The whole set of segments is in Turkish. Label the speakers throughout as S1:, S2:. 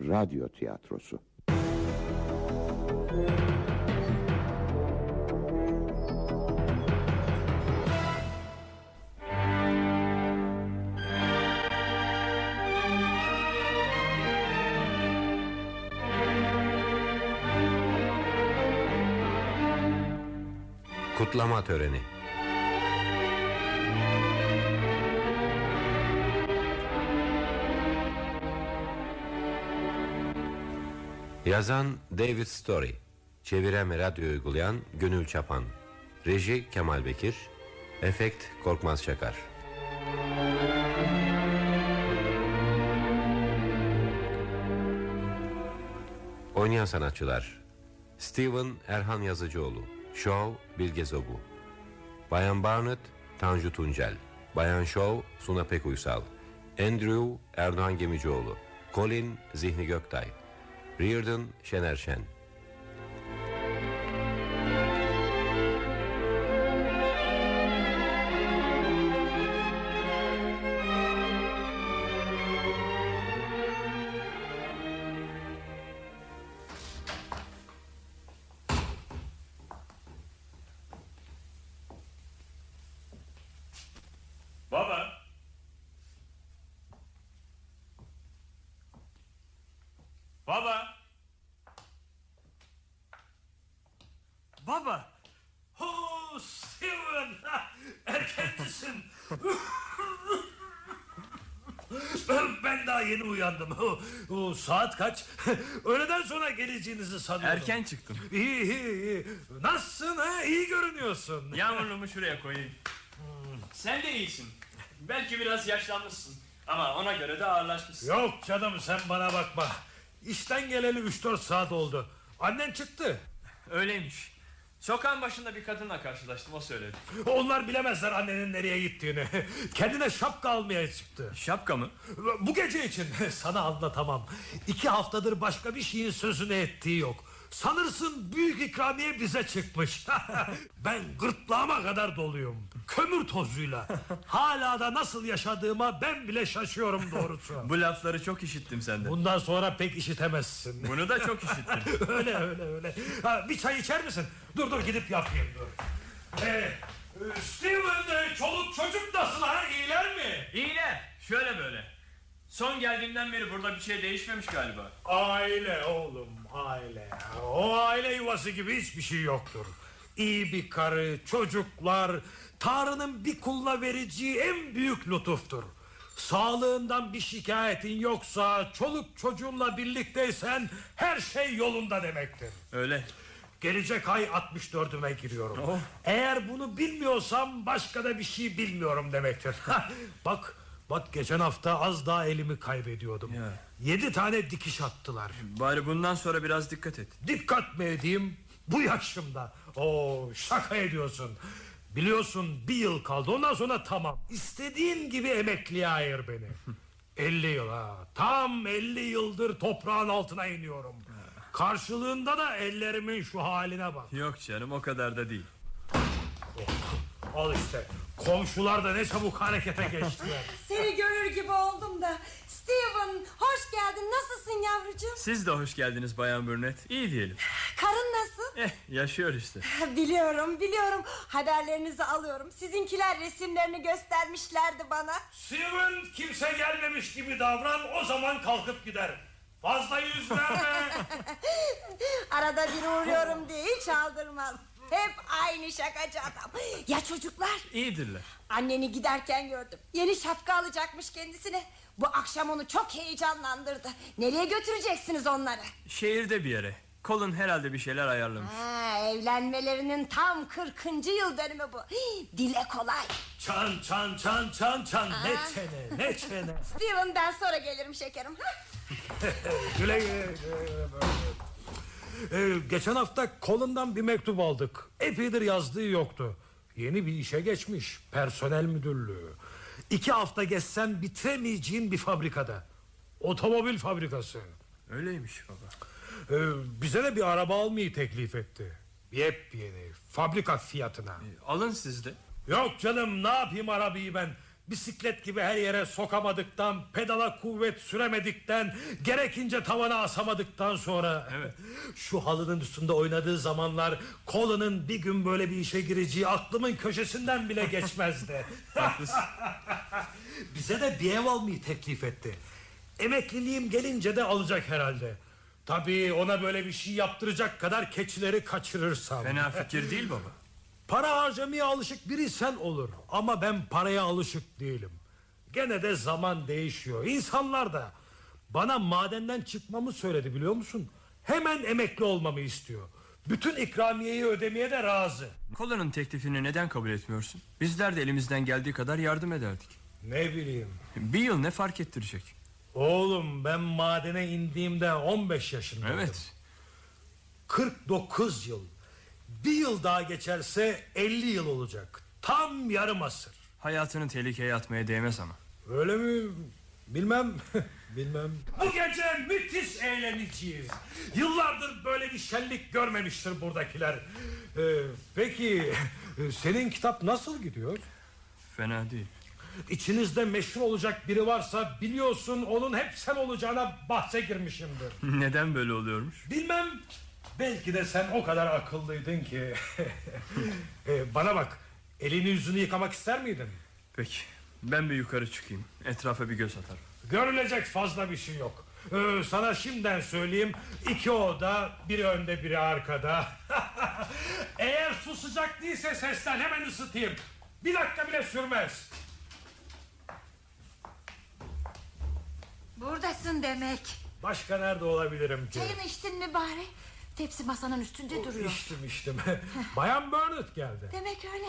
S1: radyo tiyatrosu.
S2: Kutlama töreni. Yazan David Story. Çeviren ve radyo uygulayan Gönül Çapan. Reji Kemal Bekir. Efekt Korkmaz Çakar. Oynayan sanatçılar Steven Erhan Yazıcıoğlu Şov Bilge Zobu Bayan Barnett Tanju Tuncel Bayan Şov Suna Pek Uysal Andrew Erdoğan Gemicioğlu Colin Zihni Göktay Reardon Şener Şen
S3: Baba. Baba. Baba. Oh Steven. Erkencisin. Ben- ben daha yeni uyandım. Oh, oh, saat kaç? Öğleden sonra geleceğinizi sanıyordum.
S4: Erken çıktın.
S3: İyi iyi iyi. Nasılsın ha? İyi görünüyorsun.
S4: Yağmurluğumu şuraya koyayım. Sen de iyisin. Belki biraz yaşlanmışsın. Ama ona göre de ağırlaşmışsın.
S3: Yok canım sen bana bakma. İşten geleli 3-4 saat oldu. Annen çıktı.
S4: Öyleymiş. Sokağın başında bir kadınla karşılaştım o söyledi.
S3: Onlar bilemezler annenin nereye gittiğini. Kendine şapka almaya çıktı.
S4: Şapka mı?
S3: Bu gece için sana anlatamam. İki haftadır başka bir şeyin sözünü ettiği yok. Sanırsın büyük ikramiye bize çıkmış. ben gırtlağıma kadar doluyum. Kömür tozuyla. Hala da nasıl yaşadığıma ben bile şaşıyorum doğrusu.
S4: Bu lafları çok işittim senden.
S3: Bundan sonra pek işitemezsin.
S4: Bunu da çok işittim.
S3: öyle öyle öyle. Ha, bir çay içer misin? Dur dur gidip yapayım dur. Ee, e, Steven e, çoluk çocuk nasıl ha iyiler mi?
S4: İyiler. Şöyle böyle. Son geldiğimden beri burada bir şey değişmemiş galiba.
S3: Aile oğlum aile. O aile yuvası gibi hiçbir şey yoktur. İyi bir karı, çocuklar, Tanrı'nın bir kuluna vereceği en büyük lütuftur. Sağlığından bir şikayetin yoksa, çoluk çocuğunla birlikteysen her şey yolunda demektir.
S4: Öyle.
S3: Gelecek ay 64'üme giriyorum. Eğer bunu bilmiyorsam başka da bir şey bilmiyorum demektir. bak bak geçen hafta az daha elimi kaybediyordum.
S4: Ya.
S3: 7 tane dikiş attılar.
S4: Bari bundan sonra biraz dikkat et.
S3: Dikkat mi edeyim? Bu yaşımda. Oo şaka ediyorsun. Biliyorsun bir yıl kaldı ondan sonra tamam. İstediğin gibi emekliye ayır beni. 50 yıl ha. Tam 50 yıldır toprağın altına iniyorum. Karşılığında da ellerimin şu haline bak.
S4: Yok canım o kadar da değil.
S3: Al işte. Komşular da ne çabuk harekete geçtiler.
S5: Seni görür gibi oldum da Steven hoş geldin nasılsın yavrucuğum
S4: Siz de hoş geldiniz Bayan Burnett. İyi diyelim.
S5: Karın nasıl
S4: Eh yaşıyor işte.
S5: Biliyorum biliyorum haberlerinizi alıyorum Sizinkiler resimlerini göstermişlerdi bana
S3: Steven kimse gelmemiş gibi davran o zaman kalkıp gider. Fazla yüz verme.
S5: Arada bir uğruyorum diye hiç aldırmaz Hep aynı şakacı adam Ya çocuklar
S4: İyidirler.
S5: anneni giderken gördüm Yeni şapka alacakmış kendisine Bu akşam onu çok heyecanlandırdı Nereye götüreceksiniz onları
S4: Şehirde bir yere. Colin herhalde bir şeyler ayarlamış.
S5: Ha, evlenmelerinin tam 40. yıl dönümü bu Hii, Dile kolay
S3: çan çan çan çan çan. Ne çene ne çene.
S5: Steven ben sonra gelirim şekerim.
S3: Güle güle, güle güle, böyle. Ee, geçen hafta kolundan bir mektup aldık. Epeydir yazdığı yoktu. Yeni bir işe geçmiş. Personel müdürlüğü. İki hafta geçsen bitiremeyeceğin bir fabrikada. Otomobil fabrikası.
S4: Öyleymiş baba.
S3: Ee, bize de bir araba almayı teklif etti. Yepyeni fabrika fiyatına.
S4: Alın siz de.
S3: Yok canım ne yapayım arabayı ben? Bisiklet gibi her yere sokamadıktan, pedala kuvvet süremedikten, gerekince tavana asamadıktan sonra... Şu halının üstünde oynadığı zamanlar kolunun bir gün böyle bir işe gireceği aklımın köşesinden bile geçmezdi. Bize de bir ev almayı teklif etti. Emekliliğim gelince de alacak herhalde. Tabii ona böyle bir şey yaptıracak kadar keçileri kaçırırsam.
S4: Fena fikir değil baba.
S3: Para harcamaya alışık biriysen olur. Ama ben paraya alışık değilim. Gene de zaman değişiyor. İnsanlar da bana madenden çıkmamı söyledi biliyor musun? Hemen emekli olmamı istiyor. Bütün ikramiyeyi ödemeye de razı.
S4: Kolanın teklifini neden kabul etmiyorsun? Bizler de elimizden geldiği kadar yardım ederdik.
S3: Ne bileyim.
S4: Bir yıl ne fark ettirecek?
S3: Oğlum ben madene indiğimde 15 yaşındaydım.
S4: Evet.
S3: 49 yıl. Bir yıl daha geçerse 50 yıl olacak. Tam yarım asır.
S4: Hayatını tehlikeye atmaya değmez ama.
S3: Öyle mi? Bilmem. Bilmem. Bu gece müthiş eğleneceğiz. Yıllardır böyle bir şenlik görmemiştir buradakiler. Ee, peki senin kitap nasıl gidiyor?
S4: Fena değil.
S3: İçinizde meşhur olacak biri varsa biliyorsun onun hep sen olacağına bahse girmişimdir.
S4: Neden böyle oluyormuş?
S3: Bilmem belki de sen o kadar akıllıydın ki. Ee, bana bak elini yüzünü yıkamak ister miydin?
S4: Peki. Ben bir yukarı çıkayım. Etrafa bir göz atarım.
S3: Görülecek fazla bir şey yok. Ee, sana şimdiden söyleyeyim iki oda biri önde biri arkada. Eğer su sıcak değilse seslen hemen ısıtayım. Bir dakika bile sürmez.
S5: Buradasın demek.
S3: Başka nerede olabilirim ki?
S5: Çayını içtin mi bari? Tepsi masanın
S3: Oh,
S5: üstünde duruyor.
S3: İçtim içtim. Bayan Burnett geldi.
S5: Demek öyle.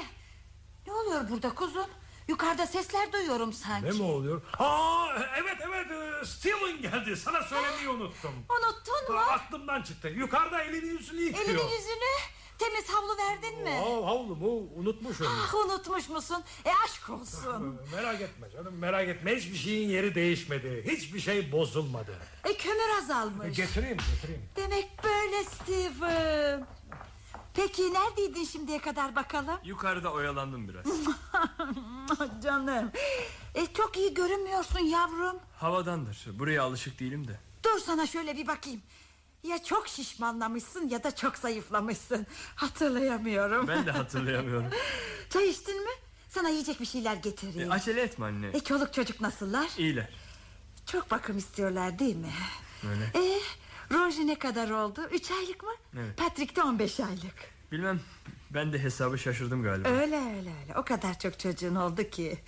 S5: Ne oluyor burada kuzum? Yukarıda sesler duyuyorum sanki.
S3: Ne mi oluyor? Aa evet evet e, Steven geldi. Sana söylemeyi unuttum.
S5: Unuttun mu?
S3: Aklımdan çıktı. Yukarıda elini yüzünü yıkıyor.
S5: Elini yüzünü temiz havlu verdin mi?
S3: Aa, havlumu unutmuşum.
S5: Ah unutmuş musun? E aşk olsun.
S3: Merak etme canım merak etme hiçbir şeyin yeri değişmedi Hiçbir şey bozulmadı
S5: E kömür azalmış.
S3: Getireyim getireyim
S5: Demek böyle Steven. Peki neredeydin şimdiye kadar bakalım?
S4: Yukarıda oyalandım biraz.
S5: Ah, Canım. E, çok iyi görünmüyorsun yavrum.
S4: Havadandır. Buraya alışık değilim de.
S5: Dur sana şöyle bir bakayım. Ya çok şişmanlamışsın ya da çok zayıflamışsın. Hatırlayamıyorum.
S4: Ben de hatırlayamıyorum.
S5: Çay içtin mi? Sana yiyecek bir şeyler
S4: E,
S5: getireyim.
S4: acele etme anne.
S5: E, çoluk çocuk nasıllar?
S4: İyiler.
S5: Çok bakım istiyorlar değil mi?
S4: Öyle.
S5: E, Roji ne kadar oldu? Üç aylık mı?
S4: Evet.
S5: Patrick de on beş aylık.
S4: Bilmem. Ben de hesabı şaşırdım galiba.
S5: Öyle öyle öyle. O kadar çok çocuğun oldu ki.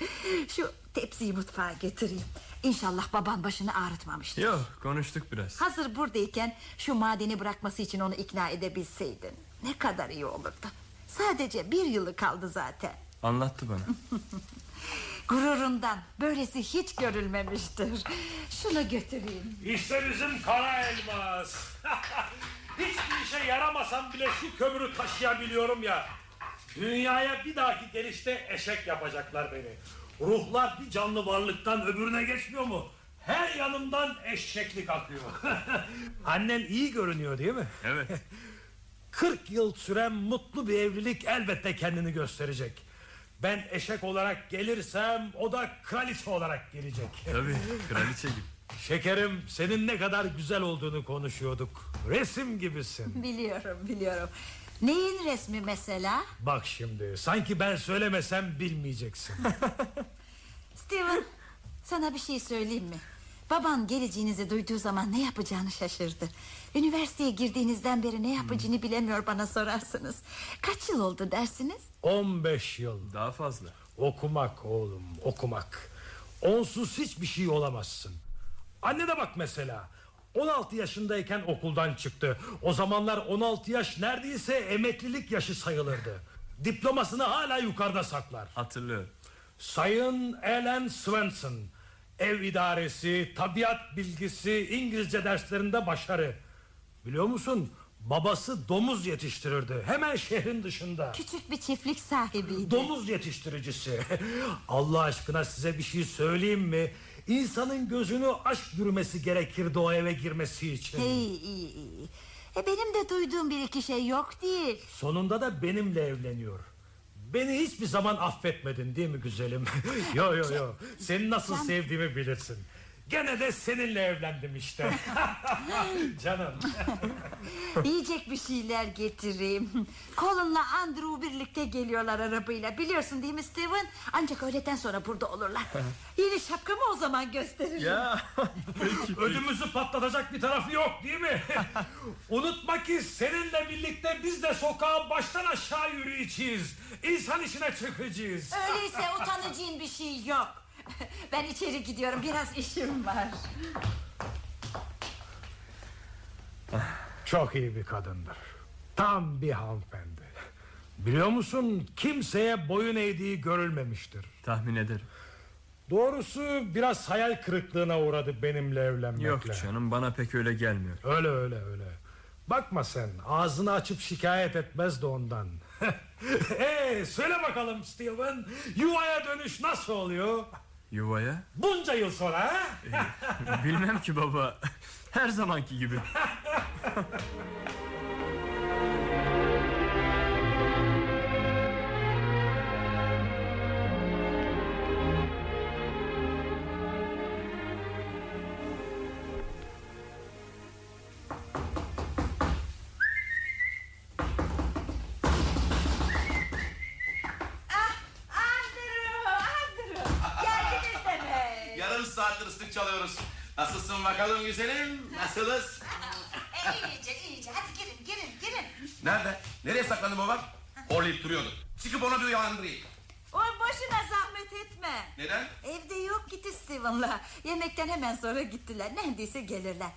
S5: Şu tepsiyi mutfağa getireyim. İnşallah baban başını ağrıtmamıştır.
S4: Yok konuştuk biraz.
S5: Hazır buradayken şu madeni bırakması için onu ikna edebilseydin. Ne kadar iyi olurdu. Sadece bir yılı kaldı zaten.
S4: Anlattı bana.
S5: Gururundan böylesi hiç görülmemiştir. Şunu götüreyim.
S3: İşte bizim kara elmas Hiçbir işe yaramasam bile şu kömürü taşıyabiliyorum ya Dünyaya bir dahaki gelişte eşek yapacaklar beni Ruhlar bir canlı varlıktan öbürüne geçmiyor mu? Her yanımdan eşeklik akıyor Annen iyi görünüyor değil mi?
S4: Evet.
S3: 40 yıl süren mutlu bir evlilik elbette kendini gösterecek. Ben eşek olarak gelirsem o da kraliçe olarak gelecek.
S4: Tabii. Kraliçe gibi.
S3: Şekerim senin ne kadar güzel olduğunu konuşuyorduk. Resim gibisin.
S5: Biliyorum biliyorum. Neyin resmi mesela?
S3: Bak şimdi sanki ben söylemesem bilmeyeceksin.
S5: Steven sana bir şey söyleyeyim mi? Baban geleceğinizi duyduğu zaman ne yapacağını şaşırdı. Üniversiteye girdiğinizden beri ne yapacağını bilemiyor bana sorarsınız. Kaç yıl oldu dersiniz?
S3: 15 yıl
S4: Daha fazla.
S3: okumak oğlum okumak. Onsuz hiçbir şey olamazsın. Anne de bak mesela. 16 yaşındayken okuldan çıktı. O zamanlar 16 yaş neredeyse emeklilik yaşı sayılırdı. Diplomasını hala yukarıda saklar.
S4: Hatırlıyorum.
S3: Sayın Ellen Svensson Ev idaresi, tabiat bilgisi, İngilizce derslerinde başarı Biliyor musun babası domuz yetiştirirdi Hemen şehrin dışında
S5: Küçük bir çiftlik sahibiydi.
S3: Domuz yetiştiricisi Allah aşkına size bir şey söyleyeyim mi? İnsanın gözünü aşk yürümesi gerekirdi o eve girmesi için
S5: İyi iyi iyi. E benim de duyduğum bir iki şey yok değil.
S3: Sonunda da benimle evleniyor Beni hiçbir zaman affetmedin değil mi güzelim? yo yo yo. Seni nasıl sevdiğimi bilirsin. Gene de seninle evlendim işte. Canım.
S5: Yiyecek bir şeyler getireyim. Colin'la Andrew birlikte geliyorlar arabayla. Biliyorsun değil mi Steven? Ancak öğleden sonra burada olurlar. Yeni şapkamı o zaman gösteririm.
S4: Ya
S3: Ödümüzü patlatacak bir tarafı yok değil mi? Unutma ki seninle birlikte biz de sokağa baştan aşağı yürüyeceğiz. İnsan işine çıkacağız.
S5: Öyleyse utanacağın bir şey yok. Ben içeri gidiyorum. Biraz işim var.
S3: Çok iyi bir kadındır. Tam bir hanımefendi. Biliyor musun kimseye boyun eğdiği görülmemiştir.
S4: tahmin ederim.
S3: Doğrusu biraz hayal kırıklığına uğradı benimle evlenmekle.
S4: Yok canım bana pek öyle gelmiyor.
S3: Öyle öyle öyle. Bakma sen ağzını açıp şikayet etmez de ondan. Eee söyle bakalım Steven yuvaya dönüş nasıl oluyor?
S4: Yuvaya?
S3: Bunca yıl sonra ha?
S4: Bilmem ki baba. Her zamanki gibi.
S5: Andrew, Andrew. Geldiniz demek.
S2: Yarım saattir ıslık çalıyoruz. Nasılsın bakalım güzelim? Nasılız?
S5: E, iyice iyice. Hadi girin girin girin.
S2: Nerede? Nereye saklandı babam? Horlayıp duruyordu. Çıkıp ona bir uyandırayım.
S5: O boşuna zahmet etme.
S2: Neden?
S5: Evde yok gitti Steven'la. Yemekten hemen sonra gittiler. Neredeyse gelirler.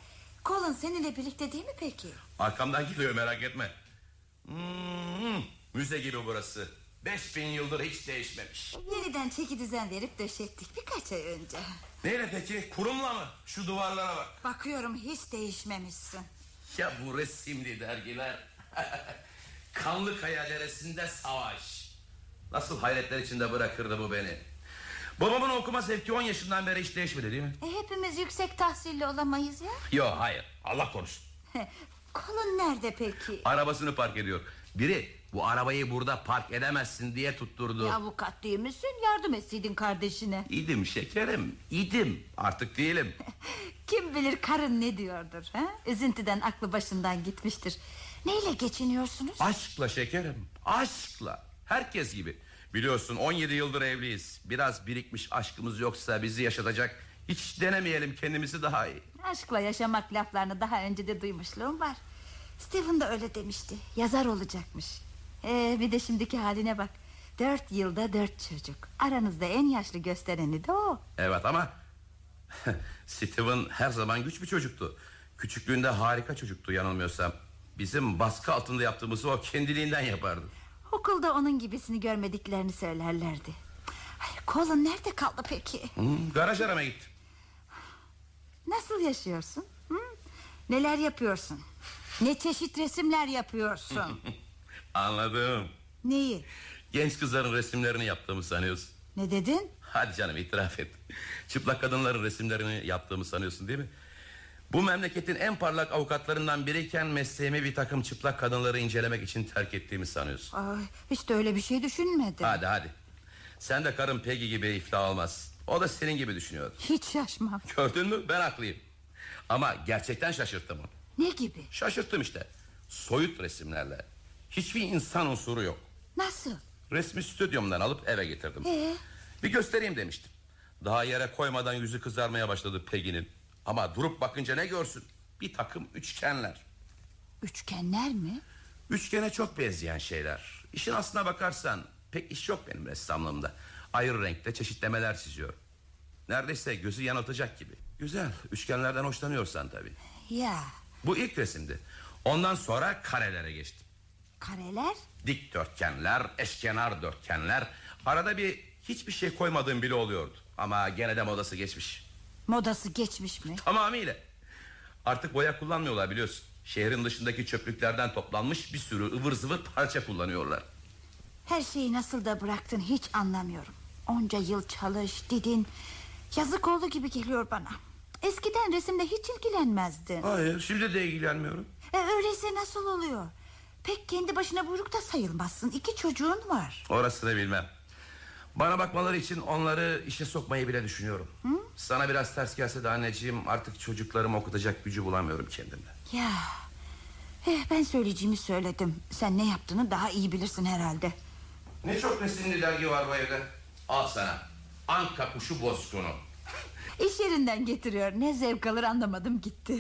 S5: Colin seninle birlikte değil mi peki?
S2: Arkamdan gidiyor merak etme. Hmm, müze gibi burası. 5000 yıldır hiç değişmemiş.
S5: Yeniden çeki düzen verip döşettik birkaç ay önce.
S2: Neyle peki? Kurumla mı? Şu duvarlara bak.
S5: Bakıyorum hiç değişmemişsin.
S2: Ya bu resimli dergiler. Kanlı Kaya Deresi'nde savaş. Nasıl hayretler içinde bırakırdı bu beni. Babamın okuma zevki 10 yaşından beri hiç değişmedi değil mi?
S5: E, hepimiz yüksek tahsilli olamayız ya.
S2: Yok hayır Allah korusun
S5: Colin nerede peki?
S2: Arabasını park ediyor Biri bu arabayı burada park edemezsin diye tutturdu
S5: Ya avukat değil misin? Yardım etseydin kardeşine.
S2: İdim şekerim idim artık değilim
S5: Kim bilir karın ne diyordur. Ha? Üzüntüden aklı başından gitmiştir. Neyle geçiniyorsunuz?
S2: Aşkla şekerim aşkla Herkes gibi Biliyorsun 17 yıldır evliyiz Biraz birikmiş aşkımız yoksa bizi yaşatacak Hiç denemeyelim kendimizi daha iyi
S5: Aşkla yaşamak laflarını daha önce de duymuşluğum var. Stephen de öyle demişti. Yazar olacakmış. Ee, bir de şimdiki haline bak. Dört yılda dört çocuk. Aranızda en yaşlı göstereni de o.
S2: Evet ama Steven her zaman güç bir çocuktu Küçüklüğünde harika çocuktu yanılmıyorsam Bizim baskı altında yaptığımızı o kendiliğinden yapardı
S5: Okulda onun gibisini görmediklerini söylerlerdi. Ay, Colin nerede kaldı peki?
S2: Hmm, garaj aramaya gittim.
S5: Nasıl yaşıyorsun? Hı? Neler yapıyorsun? Ne çeşit resimler yapıyorsun?
S2: Anladım.
S5: Neyi?
S2: Genç kızların resimlerini yaptığımı sanıyorsun.
S5: Ne dedin?
S2: Hadi canım itiraf et. Çıplak kadınların resimlerini yaptığımı sanıyorsun değil mi? Bu memleketin en parlak avukatlarından biriyken mesleğimi bir takım çıplak kadınları incelemek için terk ettiğimi sanıyorsun.
S5: Ay, hiç de öyle bir şey düşünmedim.
S2: Hadi hadi. Sen de karın Peggy gibi iflah olmaz. O da senin gibi düşünüyor.
S5: Hiç şaşmam.
S2: Gördün mü ben haklıyım. Ama gerçekten şaşırttım onu.
S5: Ne gibi?
S2: Şaşırttım işte. Soyut resimlerle. Hiçbir insan unsuru yok.
S5: Nasıl?
S2: Resmi stüdyomdan alıp eve getirdim.
S5: Ee?
S2: Bir göstereyim demiştim. Daha yere koymadan yüzü kızarmaya başladı Peggy'nin. Ama durup bakınca ne görsün? Bir takım üçgenler.
S5: Üçgenler mi?
S2: Üçgene çok benzeyen şeyler. İşin aslına bakarsan pek iş yok benim ressamlığımda. Ayrı renkte çeşitlemeler çiziyorum. Neredeyse gözü yanıltacak gibi. Güzel. Üçgenlerden hoşlanıyorsan tabii.
S5: Ya
S2: Bu ilk resimdi. Ondan sonra karelere geçtim.
S5: kareler?
S2: Dikdörtgenler, eşkenar dörtgenler. Arada bir hiçbir şey koymadığım bile oluyordu. Ama gene de modası geçmiş.
S5: Modası geçmiş mi?
S2: Tamamıyla. Artık boya kullanmıyorlar biliyorsun. Şehrin dışındaki çöplüklerden toplanmış bir sürü ıvır zıvır parça kullanıyorlar.
S5: Her şeyi nasıl da bıraktın hiç anlamıyorum. Onca yıl çalış didin. Yazık oldu gibi geliyor bana. Eskiden resimle hiç ilgilenmezdin.
S2: Hayır şimdi de ilgilenmiyorum.
S5: E, öyleyse nasıl oluyor? Pek kendi başına buyruk da sayılmazsın. İki çocuğun var.
S2: Orasını bilmem. Bana bakmaları için onları işe sokmayı bile düşünüyorum. Sana biraz ters gelse de anneciğim artık çocuklarımı okutacak gücü bulamıyorum kendimde.
S5: Ya. Eh, ben söyleyeceğimi söyledim. Sen ne yaptığını daha iyi bilirsin herhalde.
S2: Ne çok resimli dergi var bu evde. Al sana. Anka kuşu bozkunu.
S5: İş yerinden getiriyor. Ne zevk alır anlamadım gitti.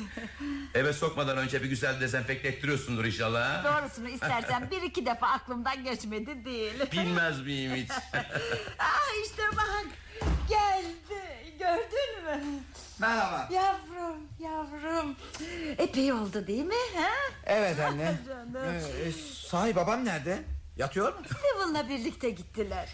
S2: Eve sokmadan önce bir güzel dezenfekte ettiriyorsundur inşallah. ha?
S5: Doğrusunu istersen bir iki defa aklımdan geçmedi değil.
S2: Bilmez miyim hiç?
S5: Aa işte bak geldi. Gördün mü?
S6: Merhaba.
S5: Yavrum, yavrum. Epey oldu değil mi? Ha?
S6: Evet anne.
S5: Canım.
S6: Ee, sahi babam nerede? Yatıyor mu?
S5: Steven'la birlikte gittiler.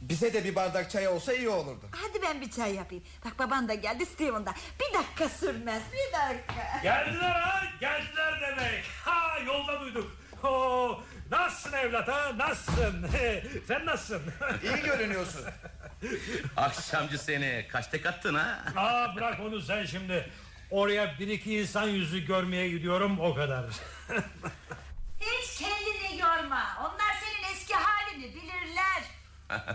S6: Bize de bir bardak çay olsa iyi olurdu.
S5: Hadi ben bir çay yapayım. Bak baban da geldi Steven da. Bir dakika sürmez bir dakika.
S3: Geldiler ha geldiler demek Ha yolda duyduk Oo, Nasılsın evlat ha nasılsın Sen nasılsın
S6: İyi görünüyorsun.
S2: Akşamcı seni kaç tek attın ha?
S3: Aa, Bırak onu sen şimdi Oraya bir iki insan yüzü görmeye gidiyorum o kadar
S5: Hiç kendini yorma. Onlar senin eski halini bilirler.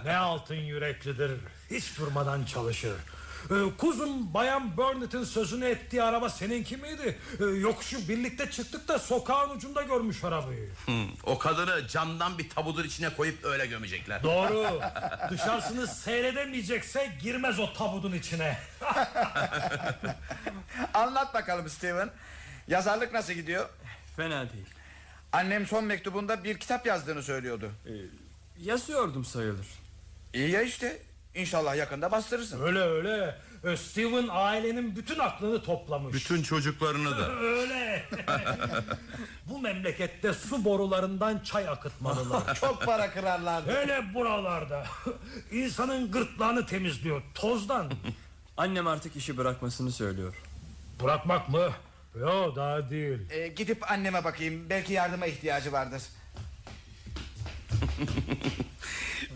S3: Ne altın yüreklidir Hiç durmadan çalışır Ee, Kuzum bayan Burnett'in sözünü ettiği araba seninki miydi? Ee, Yokuşu birlikte çıktık da sokağın ucunda görmüş arabayı.
S2: Hı, o kadını camdan bir tabutun içine koyup öyle gömecekler.
S3: Doğru. Dışarısını seyredemeyecekse girmez o tabutun içine.
S6: Anlat bakalım Steven. Yazarlık nasıl gidiyor?
S4: Fena değil.
S6: Annem son mektubunda bir kitap yazdığını söylüyordu.
S4: Yazıyordum sayılır.
S6: İyi ya işte. İnşallah yakında bastırırsın.
S3: Öyle öyle. Ee, Steven ailenin bütün aklını toplamış.
S2: Bütün çocuklarını da.
S3: Öyle. Bu memlekette su borularından çay akıtmalılar.
S6: Çok para kırarlardı.
S3: Öyle buralarda. İnsanın gırtlağını temizliyor tozdan.
S4: Annem artık işi bırakmasını söylüyor.
S3: Bırakmak mı? Yok daha değil.
S6: Ee, gidip anneme bakayım. Belki yardıma ihtiyacı vardır.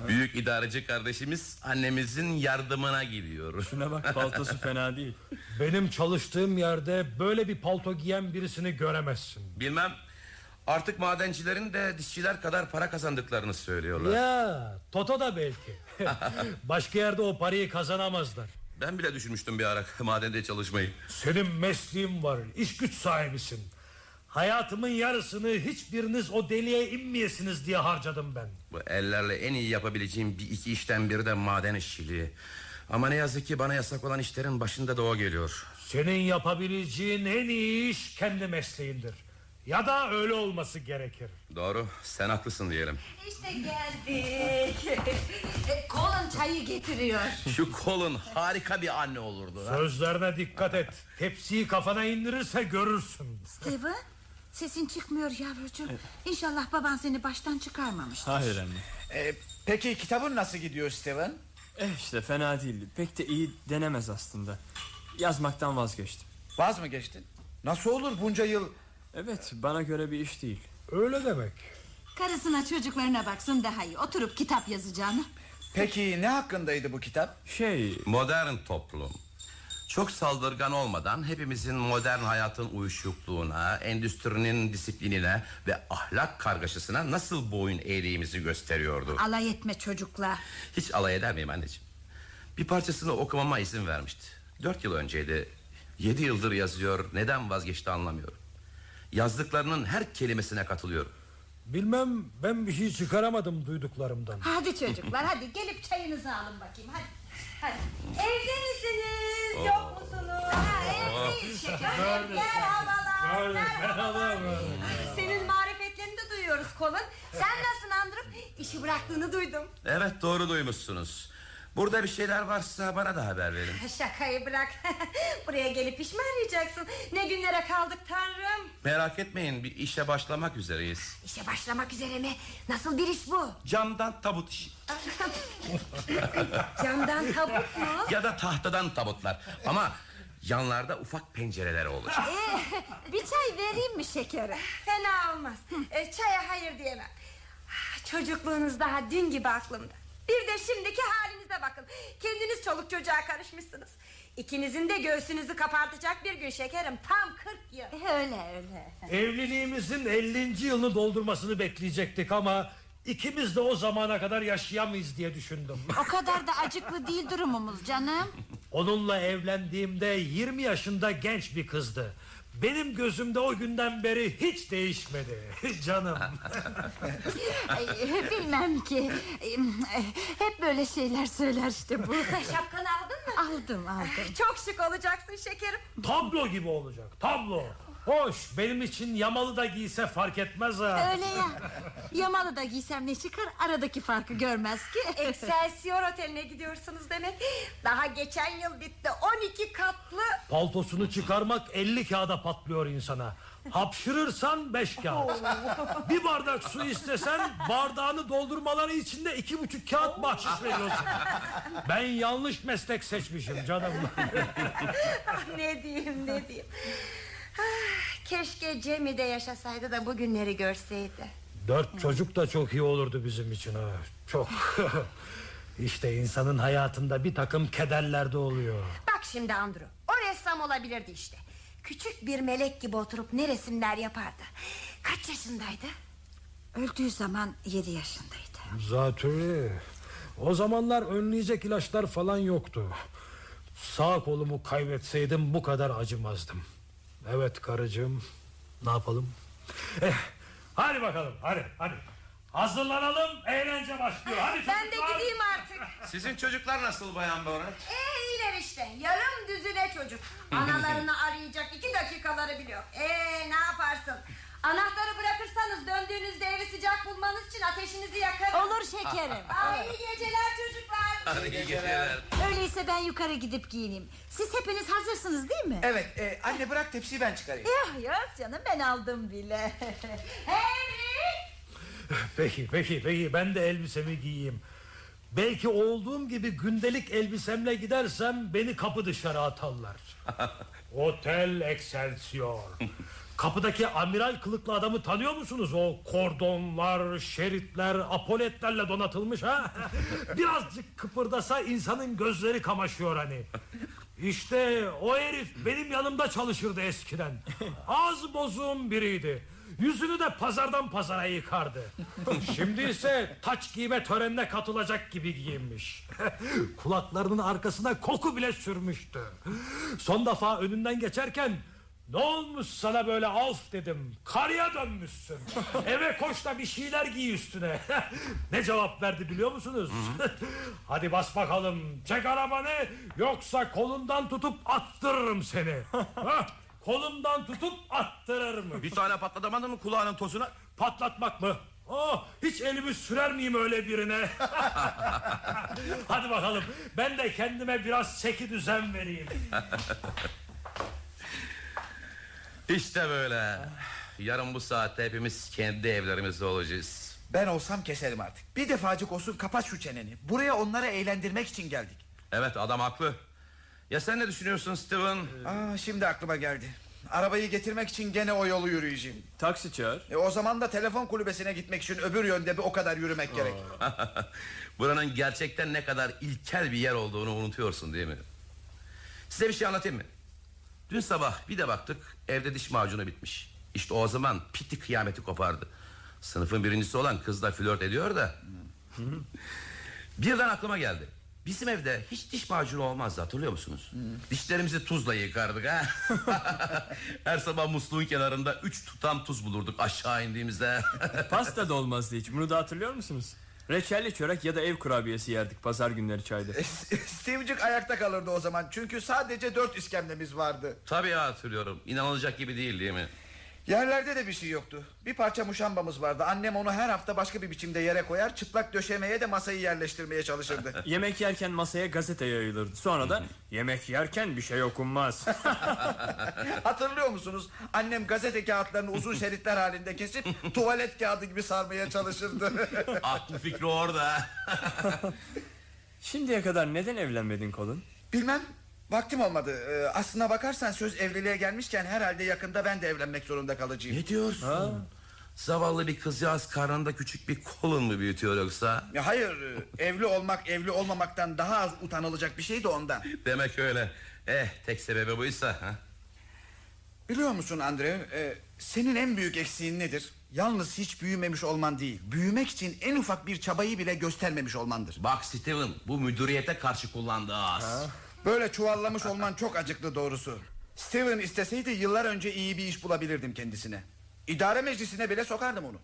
S2: Büyük idareci kardeşimiz annemizin yardımına gidiyor.
S4: Şuna bak paltosu fena değil.
S3: Benim çalıştığım yerde böyle bir palto giyen birisini göremezsin.
S2: Bilmem artık madencilerin de dişçiler kadar para kazandıklarını söylüyorlar.
S3: Ya Toto da belki. Başka yerde o parayı kazanamazlar.
S2: Ben bile düşünmüştüm bir ara madende çalışmayı.
S3: Senin mesleğin var, iş güç sahibisin. Hayatımın yarısını hiçbiriniz o deliğe inmeyesiniz diye harcadım ben.
S2: Bu ellerle en iyi yapabileceğim bir iki işten biri de maden işçiliği. Ama ne yazık ki bana yasak olan işlerin başında da o geliyor.
S3: Senin yapabileceğin en iyi iş kendi mesleğindir. Ya da öyle olması gerekir.
S2: Doğru sen haklısın diyelim.
S5: İşte geldik. Kolun çayı getiriyor.
S2: Şu kolun harika bir anne olurdu. ha?
S3: Sözlerine dikkat et. Tepsiyi kafana indirirse görürsün.
S5: Steven sesin çıkmıyor yavrucuğum. İnşallah baban seni baştan çıkarmamış.
S4: Hayır anne.
S6: Ee, peki kitabın nasıl gidiyor Steven?
S4: Eh işte fena değil. Pek de iyi denemez aslında. Yazmaktan vazgeçtim.
S6: Vaz mı geçtin? Nasıl olur bunca yıl?
S4: Evet bana göre bir iş değil.
S3: Öyle demek.
S5: Karısına çocuklarına baksın daha iyi. Oturup kitap yazacağını.
S6: Peki ne hakkındaydı bu kitap?
S4: Şey
S2: Modern toplum. Çok saldırgan olmadan hepimizin modern hayatın uyuşukluğuna, endüstrinin disiplinine ve ahlak kargaşasına nasıl boyun eğdiğimizi gösteriyordu.
S5: Alay etme çocukla.
S2: Hiç alay eder miyim anneciğim? Bir parçasını okumama izin vermişti. Dört yıl önceydi. Yedi yıldır yazıyor. Neden vazgeçti anlamıyorum. Yazdıklarının her kelimesine katılıyorum.
S3: Bilmem ben bir şey çıkaramadım duyduklarımdan.
S5: Hadi çocuklar hadi gelip çayınızı alın bakayım hadi. Hadi. Evde misiniz? Yok musunuz? Ha, evdeyiz şekerim. Merhabalar.
S3: Öyle, merhaba.
S5: Senin marifetlerini de duyuyoruz Colin. Sen nasılsın Andrew? İşi bıraktığını duydum.
S2: Evet doğru duymuşsunuz. Burada bir şeyler varsa bana da haber verin.
S5: Şakayı bırak. Buraya gelip iş mi arayacaksın? Ne günlere kaldık tanrım.
S2: Merak etmeyin bir işe başlamak üzereyiz.
S5: İşe başlamak üzere mi? Nasıl bir iş bu?
S2: Camdan tabut işi.
S5: Camdan tabut mu?
S2: Ya da tahtadan tabutlar. Ama yanlarda ufak pencereler olacak.
S5: Ee, Bir çay vereyim mi şekerim?
S7: Fena olmaz.
S5: Ee,
S7: E, çaya hayır diyemem. Ah, Çocukluğunuz daha dün gibi aklımda. Bir de şimdiki halinize bakın. Kendiniz çoluk çocuğa karışmışsınız.
S5: İkinizin de göğsünüzü kapartacak bir gün şekerim. Tam 40 yıl.
S8: Öyle öyle.
S3: Evliliğimizin 50. yılını doldurmasını bekleyecektik ama ikimiz de o zamana kadar yaşayamayız diye düşündüm.
S8: O kadar da acıklı değil durumumuz canım.
S3: Onunla evlendiğimde 20 yaşında genç bir kızdı. Benim gözümde o günden beri hiç değişmedi. Canım.
S8: Ay, Bilmem ki.
S5: eh,
S8: Ay, Hep böyle şeyler söyler işte bu.
S5: Şapkanı aldın mı?
S8: Aldım aldım.
S5: Çok şık olacaksın şekerim.
S3: tablo gibi olacak. Tablo. Hoş benim için yamalı da giyse fark etmez ha.
S8: Öyle ya. Yamalı da giysem ne çıkar aradaki farkı görmez ki.
S5: Excelsior Oteli'ne gidiyorsunuz demek. Daha geçen yıl bitti. 12 katlı.
S3: Paltosunu çıkarmak 50 kağıda patlıyor insana. Hapşırırsan 5 kağıt. Bir bardak su istesen bardağını doldurmaları için de iki buçuk kağıt bahşiş veriyorsun. Ben yanlış meslek seçmişim canım.
S5: Ah, ne diyeyim ne diyeyim. Ah, Keşke Cem'i de yaşasaydı da bugünleri görseydi.
S3: Dört çocuk da çok iyi olurdu bizim için ha. Çok. işte insanın hayatında bir takım kederler de oluyor.
S5: Bak şimdi Andrew o ressam olabilirdi işte Küçük bir melek gibi oturup ne resimler yapardı Kaç yaşındaydı
S8: Öldüğü zaman yedi yaşındaydı.
S3: Zatürre. O zamanlar önleyecek ilaçlar falan yoktu. Sağ kolumu kaybetseydim bu kadar acımazdım. Evet karıcığım. Ne yapalım? Eh, hadi bakalım hadi hadi. Hazırlanalım eğlence başlıyor. Hadi
S5: Ben de
S3: çocuklar.
S5: gideyim artık
S2: Sizin çocuklar nasıl bayan Borat?
S5: Ee iyiler işte yarım düzüne çocuk Analarını arayacak iki dakikaları biliyor Ee ne yaparsın Anahtarı bırakırsanız döndüğünüzde evi sıcak bulmanız için ateşinizi yakarım
S8: Olur şekerim.
S5: Ay iyi geceler çocuklar
S2: Hadi iyi geceler.
S8: Öyleyse ben yukarı gidip giyineyim. Siz hepiniz hazırsınız değil mi?
S9: Evet e, anne bırak tepsiyi ben çıkarayım.
S8: Yok yok canım ben aldım bile.
S5: Henry
S3: Peki peki peki ben de elbisemi giyeyim. Belki olduğum gibi gündelik elbisemle gidersem beni kapı dışarı atarlar. Otel Excelsior. Kapıdaki amiral kılıklı adamı tanıyor musunuz? O kordonlar, şeritler, apoletlerle donatılmış ha? Birazcık kıpırdasa insanın gözleri kamaşıyor hani. İşte o herif benim yanımda çalışırdı eskiden. Az bozuğum biriydi. Yüzünü de pazardan pazara yıkardı. Şimdi ise taç giyme törenine katılacak gibi giyinmiş. Kulaklarının arkasına koku bile sürmüştü. Son defa önünden geçerken ne olmuş sana böyle af dedim. Karıya dönmüşsün. Eve koş da bir şeyler giy üstüne. ne cevap verdi biliyor musunuz? Hadi bas bakalım. Çek arabanı yoksa kolundan tutup attırırım seni. Hah, kolumdan tutup attırırım.
S2: Bir tane patlatamadın mı kulağının tosuna?
S3: Patlatmak mı? Oh, hiç elimi sürer miyim öyle birine? Hadi bakalım. Ben de kendime biraz çeki düzen vereyim.
S2: İşte böyle. Yarın bu saatte hepimiz kendi evlerimizde olacağız.
S9: Ben olsam keserim artık. Bir defacık olsun kapat şu çeneni. Buraya onları eğlendirmek için geldik.
S2: Evet adam haklı. Ya sen ne düşünüyorsun Steven?
S9: Aa, şimdi aklıma geldi. Arabayı getirmek için gene o yolu yürüyeceğim.
S4: Taksi çağır.
S9: E, o zaman da telefon kulübesine gitmek için öbür yönde bir o kadar yürümek gerek.
S2: Buranın gerçekten ne kadar ilkel bir yer olduğunu unutuyorsun değil mi? Size bir şey anlatayım mı? Dün sabah bir de baktık evde diş macunu bitmiş. İşte o zaman piti kıyameti kopardı. Sınıfın birincisi olan kızla flört ediyor da. Birden aklıma geldi. Bizim evde hiç diş macunu olmazdı hatırlıyor musunuz? Dişlerimizi tuzla yıkardık ha. Her sabah musluğun kenarında üç tutam tuz bulurduk aşağı indiğimizde.
S4: Pasta da olmazdı hiç. Bunu da hatırlıyor musunuz? Reçelli çörek ya da ev kurabiyesi yerdik pazar günleri çayda.
S9: Stevecik ayakta kalırdı o zaman. Çünkü sadece dört iskemlemiz vardı.
S2: Tabii hatırlıyorum. İnanılacak gibi değil değil mi?
S9: Yerlerde de bir şey yoktu. Bir parça muşambamız vardı. Annem onu her hafta başka bir biçimde yere koyar. Çıplak döşemeye de masayı yerleştirmeye çalışırdı.
S4: Yemek yerken masaya gazete yayılırdı. Sonra da yemek yerken bir şey okunmaz.
S9: Hatırlıyor musunuz? Annem gazete kağıtlarını uzun şeritler halinde kesip tuvalet kağıdı gibi sarmaya çalışırdı.
S2: Aklı fikri orada.
S4: Şimdiye kadar neden evlenmedin Colin?
S9: Bilmem. Vaktim olmadı. Ee, aslına bakarsan söz evliliğe gelmişken herhalde yakında ben de evlenmek zorunda kalacağım.
S2: Ne diyorsun? Zavallı bir kızcağız karnında küçük bir kolun mu büyütüyor yoksa?
S9: Ya Hayır, e, evli olmak evli olmamaktan daha az utanılacak bir şey de ondan.
S2: Demek öyle. Eh tek sebebi buysa. Ha?
S6: Biliyor musun Andre e, Senin en büyük eksiğin nedir Yalnız hiç büyümemiş olman değil Büyümek için en ufak bir çabayı bile göstermemiş olmandır
S2: Bak Steven bu müdüriyete karşı kullandığı ağız.
S6: Böyle çuvallamış olman çok acıklı doğrusu Steven isteseydi yıllar önce iyi bir iş bulabilirdim kendisine İdare meclisine bile sokardım onu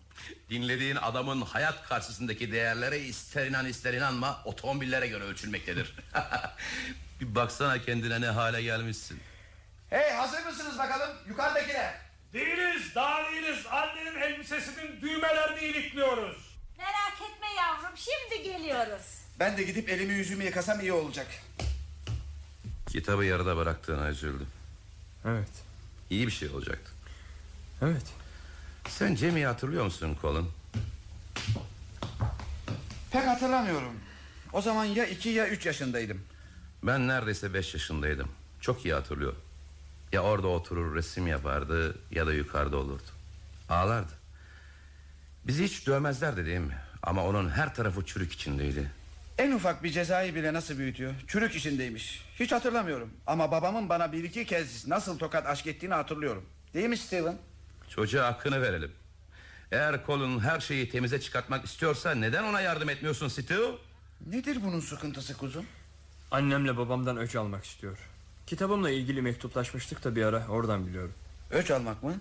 S2: Dinlediğin adamın hayat karşısındaki değerlere ister inan ister inanma otomobillere göre ölçülmektedir. bir baksana kendine ne hale gelmişsin.
S6: Hey hazır mısınız bakalım yukarıdakiler
S3: Değiliz daha değiliz annenin elbisesinin düğmelerini ilikliyoruz.
S10: Merak etme yavrum şimdi geliyoruz.
S6: Ben de gidip elimi yüzümü yıkasam iyi olacak
S2: Kitabı yarıda bıraktığına üzüldüm.
S4: Evet.
S2: İyi bir şey olacaktı.
S4: Evet.
S2: Sen Cem'i hatırlıyor musun Colin?
S6: Pek hatırlamıyorum O zaman ya iki ya üç yaşındaydım
S2: Ben neredeyse beş yaşındaydım. Çok iyi hatırlıyorum. Ya orada oturur resim yapardı ya da yukarıda olurdu. Ağlardı. Bizi hiç dövmezlerdi değil mi? Ama onun her tarafı çürük içindeydi.
S6: En ufak bir cezayı bile nasıl büyütüyor Çürük işindeymiş Hiç hatırlamıyorum Ama babamın bana bir iki kez nasıl tokat aşk ettiğini hatırlıyorum Değil mi Steven?
S2: Çocuğa hakkını verelim. Eğer Colin her şeyi temize çıkartmak istiyorsa neden ona yardım etmiyorsun Stu?
S6: Nedir bunun sıkıntısı kuzum?
S4: Annemle babamdan öç almak istiyor. Kitabımla ilgili mektuplaşmıştık da bir ara oradan biliyorum.
S6: Öç almak mı?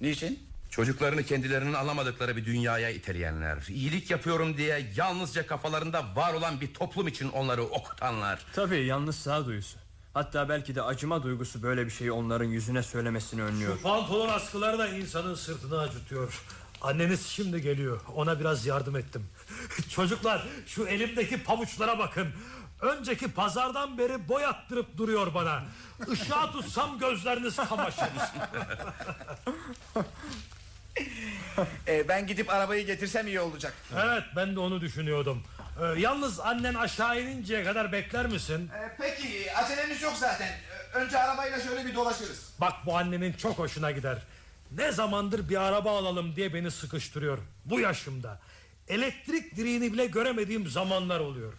S6: Niçin?
S2: Çocuklarını kendilerinin alamadıkları bir dünyaya iteleyenler, iyilik yapıyorum diye yalnızca kafalarında var olan bir toplum için onları okutanlar.
S4: Tabii yalnız sağduyusu. Hatta belki de acıma duygusu böyle bir şeyi onların yüzüne söylemesini önlüyor.
S3: Bu pantolon askıları da insanın sırtını acıtıyor. Anneniz şimdi geliyor. Ona biraz yardım ettim. Çocuklar şu elimdeki pabuçlara bakın. Önceki pazardan beri boy attırıp duruyor bana. Işığa tutsam gözleriniz kamaşır.
S6: Ee, ben gidip arabayı getirsem iyi olacak
S3: Evet ben de onu düşünüyordum. Ee, yalnız annen aşağı ininceye kadar bekler misin?
S6: Ee, Peki acelemiz yok zaten Ee, Önce arabayla şöyle bir dolaşırız
S3: Bak bu annenin çok hoşuna gider. Ne zamandır bir araba alalım diye beni sıkıştırıyor. Bu yaşımda. Elektrik direğini bile göremediğim zamanlar oluyor.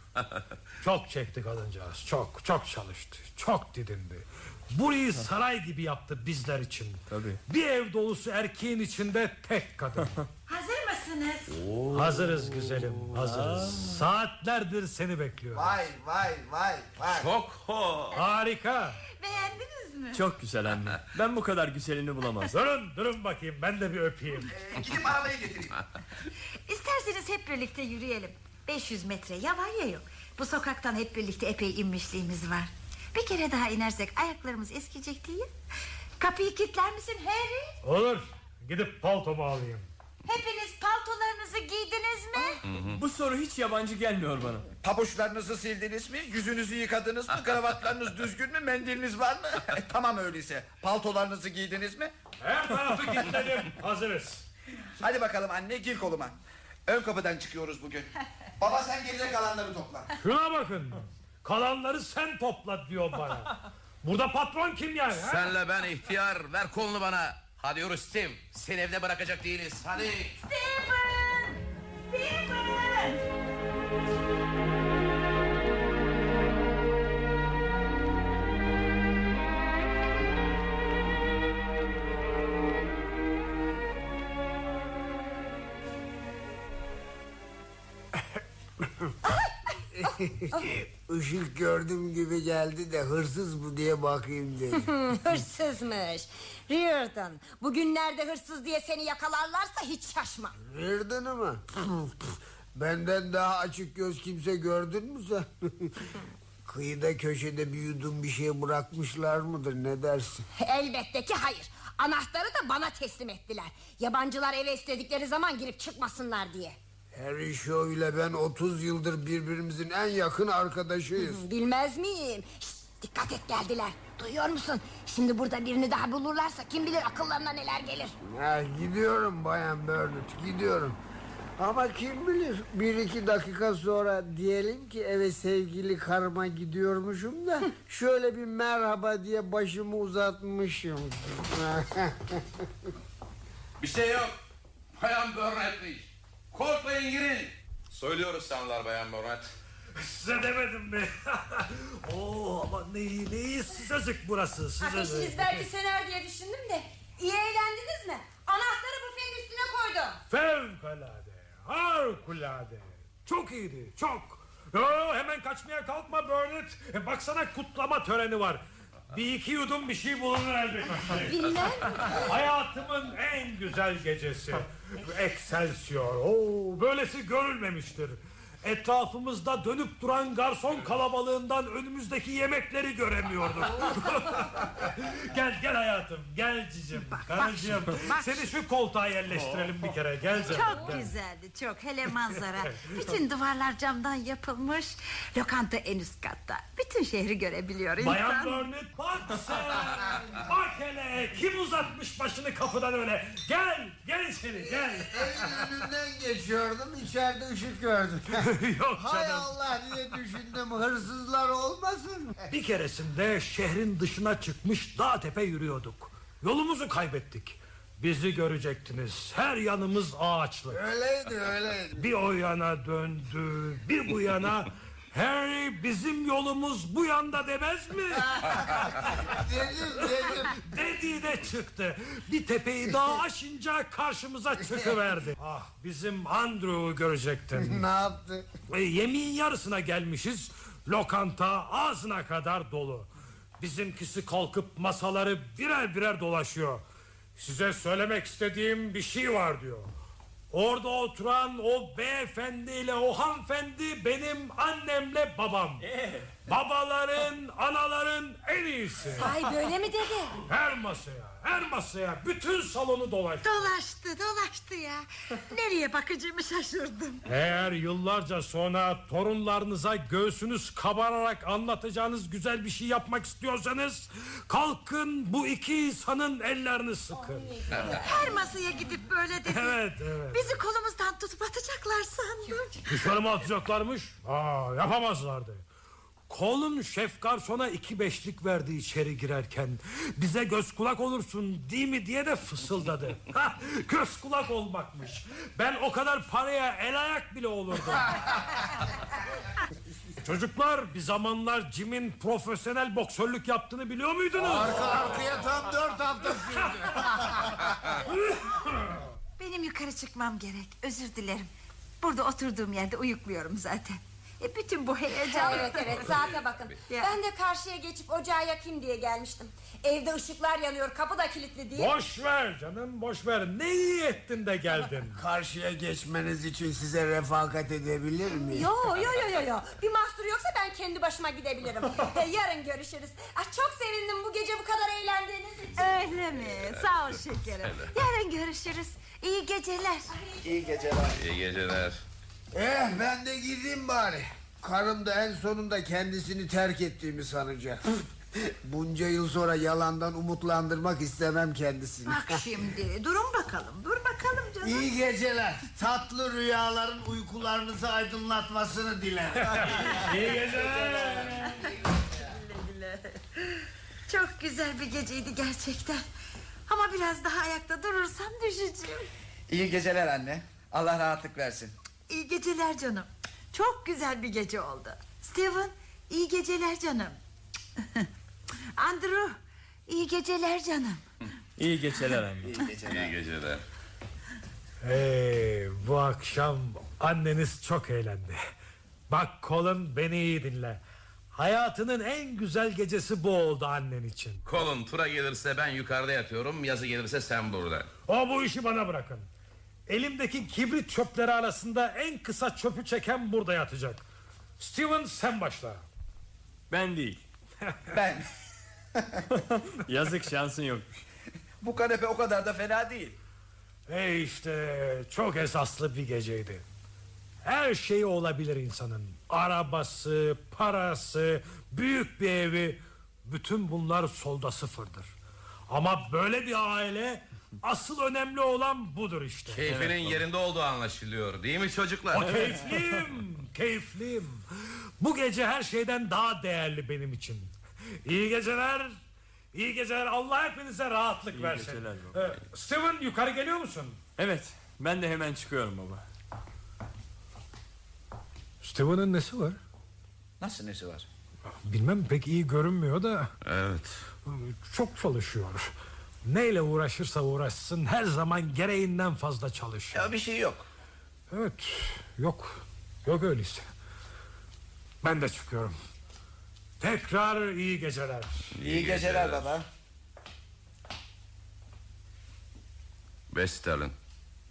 S3: çok çekti kadıncağız. Çok çok çalıştı. Çok didindi. Burayı saray gibi yaptı bizler için.
S4: Tabii.
S3: Bir ev dolusu erkeğin içinde tek kadın.
S8: Hazır mısınız?
S3: hazırız güzelim, hazırız. Saatlerdir seni bekliyorum.
S6: Vay vay vay vay
S2: Çok hoş.
S3: Harika.
S8: Beğendiniz mi?
S4: Çok güzel anne. Ben bu kadar güzelini bulamazdım.
S3: Durun durun bakayım ben de bir öpeyim.
S6: Ee, Gidip arabayı getireyim
S8: İsterseniz hep birlikte yürüyelim. 500 metre ya var ya yok. Bu sokaktan hep birlikte epey inmişliğimiz var. Bir kere daha inersek ayaklarımız eskiyecek değil. Kapıyı kilitler misin Harry?
S3: Olur gidip paltomu alayım.
S8: Hepiniz paltolarınızı giydiniz mi?
S4: Bu soru hiç yabancı gelmiyor bana.
S6: Pabuçlarınızı sildiniz mi? Yüzünüzü yıkadınız mı? Kravatlarınız düzgün mü? Mendiliniz var mı? E, tamam öyleyse. Paltolarınızı giydiniz mi?
S3: Her tarafı kilitledim. Hazırız.
S6: Hadi bakalım anne gir koluma. Ön kapıdan çıkıyoruz bugün. Baba sen geride kalanları topla.
S3: Şuna bakın. Kalanları sen topla diyor bana. Burada patron kim yani? ha?
S2: Senle ben ihtiyar ver kolunu bana. Hadi yürü Steve. Seni evde bırakacak değiliz. Hadi.
S8: Steven! Steven!
S11: Işık gördüm gibi geldi de hırsız bu diye bakayım dedim.
S5: Hırsızmış. Reardon bugünlerde hırsız diye seni yakalarlarsa hiç şaşma.
S11: Verdin ama. Benden daha açık göz kimse gördün mü sen? Kıyıda köşede bir yudum bir şey bırakmışlar mıdır ne dersin?
S5: Elbette ki hayır. Anahtarı da bana teslim ettiler. Yabancılar eve istedikleri zaman girip çıkmasınlar diye.
S11: Harry Shaw ile ben 30 yıldır birbirimizin en yakın arkadaşıyız.
S5: Bilmez miyim? Şşt, dikkat et geldiler. Duyuyor musun? Şimdi burada birini daha bulurlarsa kim bilir akıllarına neler gelir.
S11: Ha, gidiyorum bayan Burnett gidiyorum. Ama kim bilir bir iki dakika sonra diyelim ki eve sevgili karıma gidiyormuşum da şöyle bir merhaba diye başımı uzatmışım.
S2: Bir şey yok. Bayan Burnett Korkmayın girin. Söylüyoruz sanlar Bayan Burnett.
S3: Size demedim mi? Oo ama ne iyi ne iyi sıcacık burası sıcacık.
S5: Ateşiniz belki söner diye düşündüm de. İyi eğlendiniz mi? Anahtarı büfenin üstüne koydum.
S3: Fevkalade, harikulade. Çok iyiydi, çok. Yo, hemen kaçmaya kalkma Burnett. E, Baksana kutlama töreni var. Bir iki yudum bir şey bulunur elbet.
S12: Bilmem.
S3: Hayatımın en güzel gecesi. Excelsior. Oo, böylesi görülmemiştir. Etrafımızda dönüp duran garson kalabalığından önümüzdeki yemekleri göremiyorduk. gel gel hayatım, gel cicim, karıcığım. Seni şu koltuğa yerleştirelim bir kere, gel canım.
S8: Çok
S3: Gel.
S8: güzeldi çok hele manzara Bütün duvarlar camdan yapılmış Lokanta en üst katta Bütün şehri görebiliyor insan
S3: Bayan Burnett bak sen Bak hele kim uzatmış başını kapıdan öyle Gel gel içeri gel
S11: Evin önünden geçiyordum içeride ışık gördüm.
S3: Yok
S11: Hay
S3: canım.
S11: Allah diye düşündüm hırsızlar olmasın.
S3: Bir keresinde şehrin dışına çıkmış dağ tepe yürüyorduk Yolumuzu kaybettik Bizi görecektiniz her yanımız ağaçlık
S11: Öyleydi öyleydi.
S3: Bir o yana döndü bir bu yana Harry bizim yolumuz bu yanda demez mi?
S11: Dedim dedim.
S3: Dediği de çıktı. Bir tepeyi daha aşınca karşımıza çıkıverdi. Ah bizim Andrew'u görecektin.
S11: ne yaptı?
S3: E, yemeğin yarısına gelmişiz. Lokanta ağzına kadar dolu. Bizimkisi kalkıp masaları birer birer dolaşıyor. Size söylemek istediğim bir şey var diyor. Orada oturan o beyefendiyle o hanımefendi benim annemle babam. Babaların, anaların en iyisi.
S5: Ay böyle mi dedi?
S3: Her masaya, her masaya bütün salonu dolaştı.
S8: Dolaştı dolaştı ya Nereye bakacağımı şaşırdım
S3: Eğer yıllarca sonra torunlarınıza göğsünüz kabararak anlatacağınız güzel bir şey yapmak istiyorsanız kalkın bu iki insanın ellerini sıkın.
S8: Her masaya gidip böyle dedi
S3: Evet, evet.
S8: Bizi kolumuzdan tutup atacaklar sandım
S3: Dışarı mı atacaklarmış? Aa, yapamazlardı. Kolun şef garsona iki beşlik verdi içeri girerken. Bize göz kulak olursun değil mi diye de fısıldadı. Hah, göz kulak olmakmış. Ben o kadar paraya el ayak bile olurdum. Çocuklar bir zamanlar Jim'in profesyonel boksörlük yaptığını biliyor muydunuz?
S11: Arka arkaya tam dört hafta sürdü.
S8: Benim yukarı çıkmam gerek özür dilerim Burada oturduğum yerde uyukluyorum zaten e, Bütün bu heyecan
S5: evet evet saate bakın.
S8: Ya.
S5: Ben de karşıya geçip ocağı yakayım diye gelmiştim. Evde ışıklar yanıyor kapı da kilitli değil.
S3: Boş ver canım boş ver. Ne iyi ettin de geldin.
S11: Karşıya geçmeniz için size refakat edebilir miyim?
S5: Yo yo yo yo yo. Bir mahsuru yoksa ben kendi başıma gidebilirim. E, Yarın görüşürüz. Ah, çok sevindim bu gece bu kadar eğlendiğiniz için.
S8: Öyle mi sağ ol şekerim Yarın görüşürüz İyi geceler
S11: İyi geceler.
S2: İyi geceler.
S11: Eh ben de gideyim bari. Karım da en sonunda kendisini terk ettiğimi sanacak. Bunca yıl sonra yalandan umutlandırmak istemem kendisini.
S8: Bak şimdi durun bakalım dur bakalım canım
S11: İyi geceler. Tatlı rüyaların uykularınızı aydınlatmasını dilerim.
S3: İyi geceler.
S8: Çok güzel bir geceydi gerçekten. Ama biraz daha ayakta durursam düşeceğim.
S6: İyi geceler anne. Allah rahatlık versin.
S8: İyi geceler canım. Çok güzel bir gece oldu. Steven, iyi geceler canım. Andrew, iyi geceler canım.
S4: İyi geceler anne.
S2: İyi geceler.
S3: Hey, bu akşam anneniz çok eğlendi. Bak Colin beni iyi dinle. Hayatının en güzel gecesi bu oldu annen için.
S2: Colin tura gelirse ben yukarıda yatıyorum. Yazı gelirse sen burada.
S3: O bu işi bana bırakın. Elimdeki kibrit çöpleri arasında en kısa çöpü çeken burada yatacak. Steven sen başla.
S4: Ben değil.
S6: Ben
S4: Yazık şansın yokmuş.
S6: bu kanepe o kadar da fena değil.
S3: E işte çok esaslı bir geceydi. Her şey olabilir insanın. Arabası, parası, büyük bir evi. Bütün bunlar solda sıfırdır. Ama böyle bir aile asıl önemli olan budur işte.
S2: Keyfinin yerinde olduğu anlaşılıyor. Değil mi çocuklar?
S3: Keyifliyim, keyifliyim. Bu gece her şeyden daha değerli benim için. İyi geceler. iyi geceler. Allah hepinize rahatlık
S4: İyi
S3: versin.
S4: geceler
S3: Ee, Steven yukarı geliyor musun?
S4: Evet ben de hemen çıkıyorum baba.
S3: Steven'ın nesi var?
S6: Nasıl nesi var?
S3: Bilmem pek iyi görünmüyor da
S2: Evet.
S3: çok çalışıyor. Neyle uğraşırsa uğraşsın her zaman gereğinden fazla çalışıyor.
S6: Ya bir şey yok.
S3: Evet yok. Yok öyleyse. Ben de çıkıyorum. Tekrar iyi geceler.
S6: İyi, geceler, baba.
S2: Westerlin.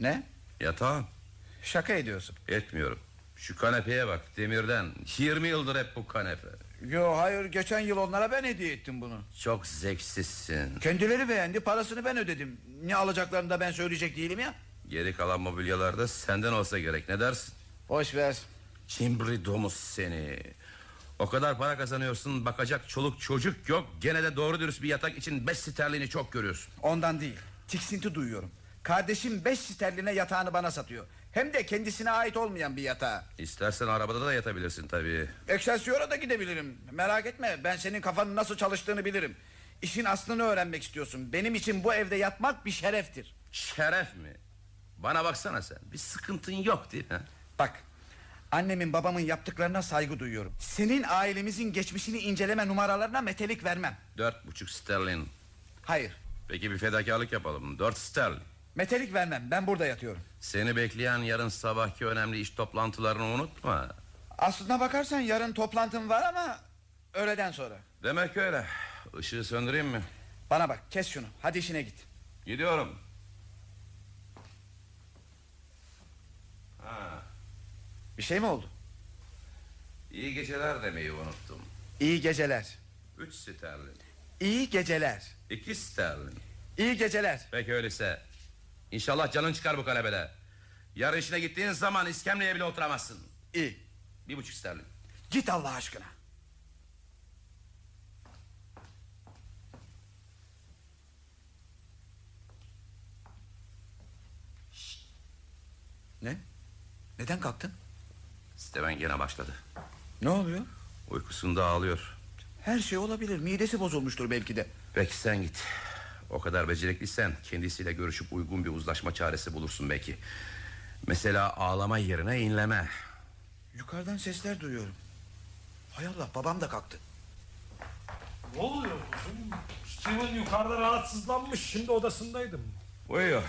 S6: Ne?
S2: Yatağın.
S6: Şaka ediyorsun.
S2: Etmiyorum. Şu kanepeye bak demirden. 20 yıldır hep bu kanepe.
S6: Yo hayır geçen yıl onlara ben hediye ettim bunu.
S2: Çok zevksizsin.
S6: Kendileri beğendi parasını ben ödedim. Ne alacaklarını da ben söyleyecek değilim ya.
S2: Geri kalan mobilyalarda senden olsa gerek ne dersin?
S6: Boş ver.
S2: Cimbri domuz seni. O kadar para kazanıyorsun bakacak çoluk çocuk yok. Gene de doğru dürüst bir yatak için 5 sterlini çok görüyorsun.
S6: Ondan değil. Tiksinti duyuyorum. Kardeşim 5 sterline yatağını bana satıyor. Hem de kendisine ait olmayan bir yatağı.
S2: İstersen arabada da yatabilirsin tabii.
S6: Excelsior'a da gidebilirim. Merak etme ben senin kafanın nasıl çalıştığını bilirim. İşin aslını öğrenmek istiyorsun. Benim için bu evde yatmak bir şereftir.
S2: Şeref mi? Bana baksana sen. Bir sıkıntın yok değil mi?
S6: Bak annemin babamın yaptıklarına saygı duyuyorum. Senin ailemizin geçmişini inceleme numaralarına metelik vermem.
S2: Dört buçuk sterlin.
S6: Hayır
S2: Peki bir fedakarlık yapalım. Dört sterlin.
S6: metelik vermem ben burada yatıyorum.
S2: Seni bekleyen yarın sabahki önemli iş toplantılarını unutma.
S6: Aslına bakarsan yarın toplantım var ama öğleden sonra.
S2: Demek öyle. Işığı söndüreyim mi?
S6: Bana bak kes şunu hadi işine git.
S2: Gidiyorum. Ha,
S6: Bir şey mi oldu?
S2: iyi geceler demeyi unuttum.
S6: İyi geceler.
S2: Üç sterlin.
S6: İyi geceler.
S2: İki sterlin.
S6: İyi geceler.
S2: Peki öyleyse. İnşallah canın çıkar bu kanepede. Yarın işine gittiğin zaman iskemleye bile oturamazsın.
S6: İyi.
S2: Bir buçuk sterlin.
S6: Git Allah aşkına. Şşt! Ne? Neden kalktın?
S2: Steven gene başladı.
S6: Ne oluyor?
S2: Uykusunda ağlıyor.
S6: Her şey olabilir. Midesi bozulmuştur belki de.
S2: Peki sen git. O kadar becerikliysen kendisiyle görüşüp uygun bir uzlaşma çaresi bulursun belki. Mesela ağlama yerine inleme.
S6: Yukarıdan sesler duyuyorum. Hay Allah babam da kalktı.
S3: Ne oluyor? Steven yukarıda rahatsızlanmış. Şimdi odasındaydım.
S2: Uyuyor.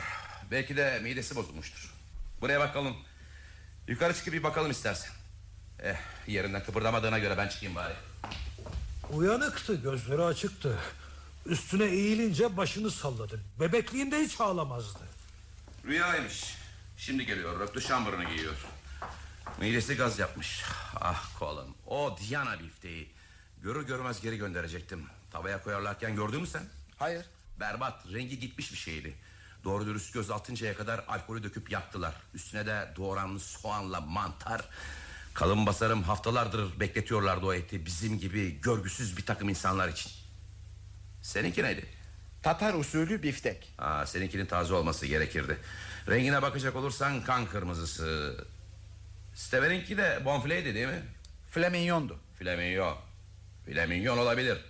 S2: Belki de midesi bozulmuştur. Buraya bakalım. Yukarı çıkıp bir bakalım istersen. Eh, yerinden kıpırdamadığına göre ben çıkayım bari.
S3: Uyanıktı, gözleri açıktı. Üstüne eğilince başını salladı. Bebekliğinde hiç ağlamazdı.
S2: Rüyaymış. Şimdi geliyor. Röptü şambırını giyiyor. Midesi gaz yapmış. Ah kolum. O Diana bifteği. Görür görmez geri gönderecektim. Tavaya koyarlarken gördün mü sen?
S6: Hayır.
S2: Berbat, rengi gitmiş bir şeydi. Doğru dürüst göz atıncaya kadar alkolü döküp yaktılar. Üstüne de doğranmış soğanla mantar. Kalın basarım haftalardır bekletiyorlardı o eti. Bizim gibi görgüsüz bir takım insanlar için. Seninki neydi?
S6: Tatar usulü biftek.
S2: Aa, seninkinin taze olması gerekirdi. Rengine bakacak olursan kan kırmızısı. Steven'inki de bonfileydi değil mi?
S6: Flaminyondu.
S2: Flamingon. Flamingon olabilir.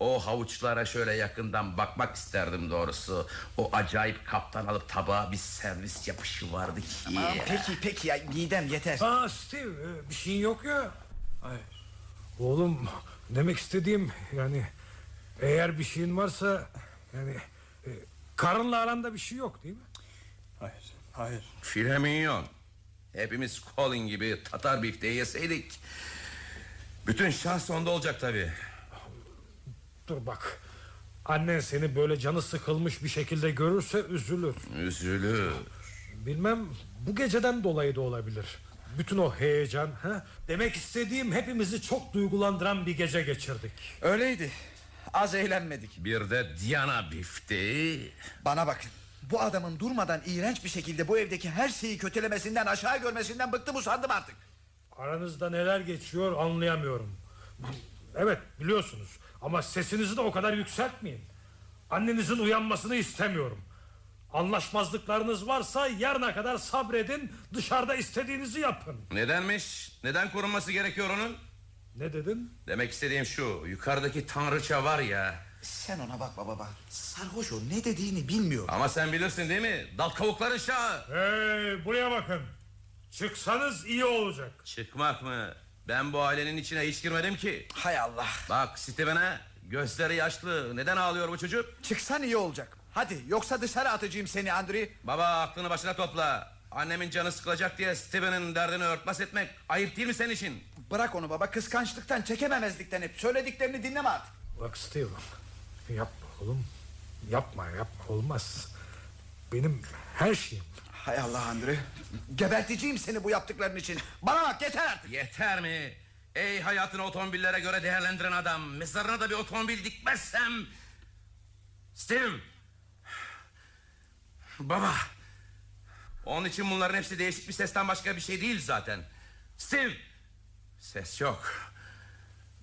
S2: O havuçlara şöyle yakından bakmak isterdim doğrusu. O acayip kaptan alıp tabağa bir servis yapışı vardı ki.
S6: Aman peki peki ya midem yeter.
S3: Aa Steve e, bir şeyin yok ya. Hayır. Oğlum demek istediğim yani eğer bir şeyin varsa yani e, karınla aranda bir şey yok değil mi?
S2: Hayır, hayır. Flamingon. Hepimiz Colin gibi Tatar bifteği yeseydik. Bütün şans onda olacak tabii.
S3: Dur bak. Annen seni böyle canı sıkılmış bir şekilde görürse üzülür.
S2: Üzülür.
S3: Bilmem bu geceden dolayı da olabilir. Bütün o heyecan ha? Demek istediğim hepimizi çok duygulandıran bir gece geçirdik.
S6: Öyleydi. Az eğlenmedik.
S2: Bir de Diana bifteği.
S6: Bana bakın. Bu adamın durmadan iğrenç bir şekilde bu evdeki her şeyi kötülemesinden, aşağı görmesinden bıktım usandım artık.
S3: Aranızda neler geçiyor anlayamıyorum. Evet biliyorsunuz ama sesinizi de o kadar yükseltmeyin. Annenizin uyanmasını istemiyorum. Anlaşmazlıklarınız varsa yarına kadar sabredin dışarıda istediğinizi yapın.
S2: Nedenmiş? Neden korunması gerekiyor onun?
S3: Ne dedin?
S2: Demek istediğim şu. Yukarıdaki tanrıça var ya.
S6: Sen ona bakma baba. Sarhoş o ne dediğini bilmiyor.
S2: Ama sen bilirsin değil mi? Dal kavukların şahı.
S3: Hey buraya bakın. Çıksanız iyi olacak.
S2: Çıkmak mı? Ben bu ailenin içine hiç girmedim ki.
S6: Hay Allah.
S2: Bak Steven'e gözleri yaşlı. Neden ağlıyor bu çocuk?
S6: Çıksan iyi olacak. Hadi yoksa dışarı atacağım seni Andri.
S2: Baba aklını başına topla. Annemin canı sıkılacak diye Steven'in derdini örtbas etmek ayıp değil mi senin için?
S6: Bırak onu baba kıskançlıktan çekememezlikten hep söylediklerini dinleme artık.
S3: Bak Steven yapma oğlum. Yapma yapma olmaz. Benim her şeyim.
S6: Hay Allah Andri. Geberteceğim seni bu yaptıkların için. Bana bak yeter artık.
S2: Yeter mi? Ey hayatını otomobillere göre değerlendiren adam. Mezarına da bir otomobil dikmezsem... Steven. Baba. Onun için bunların hepsi değişik bir sesten başka bir şey değil zaten. Steven. Ses yok.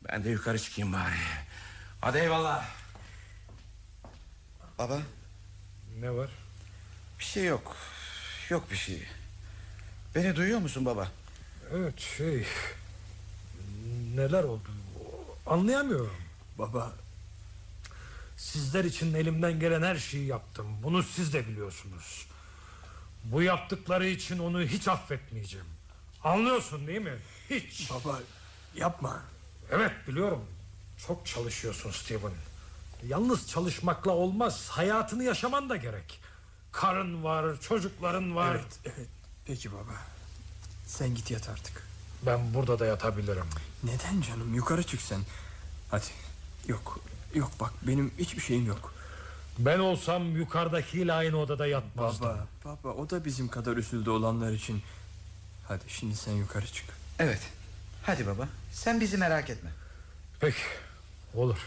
S2: Ben de yukarı çıkayım bari. Hadi eyvallah.
S6: Baba
S3: Ne var?
S6: bir şey yok. Yok bir şey. Beni duyuyor musun baba?
S3: Evet şey... Neler oldu? Anlayamıyorum. Baba. Sizler için elimden gelen her şeyi yaptım. Bunu siz de biliyorsunuz. Bu yaptıkları için onu hiç affetmeyeceğim. Anlıyorsun değil mi? Hiç. Baba yapma. Evet biliyorum. Çok çalışıyorsun Steven. Yalnız çalışmakla olmaz. Hayatını yaşaman da gerek. Karın var, çocukların var.
S4: Peki baba. Sen git yat artık.
S3: Ben burada da yatabilirim.
S4: Neden canım? Yukarı çık sen. Hadi. Yok. Yok bak benim hiçbir şeyim yok.
S3: Ben olsam yukarıdakiyle aynı odada yatmazdım.
S4: Baba, baba o da bizim kadar üzüldü olanlar için. Hadi şimdi sen yukarı çık.
S6: Evet. Hadi baba. Sen bizi merak etme.
S3: Peki. Olur.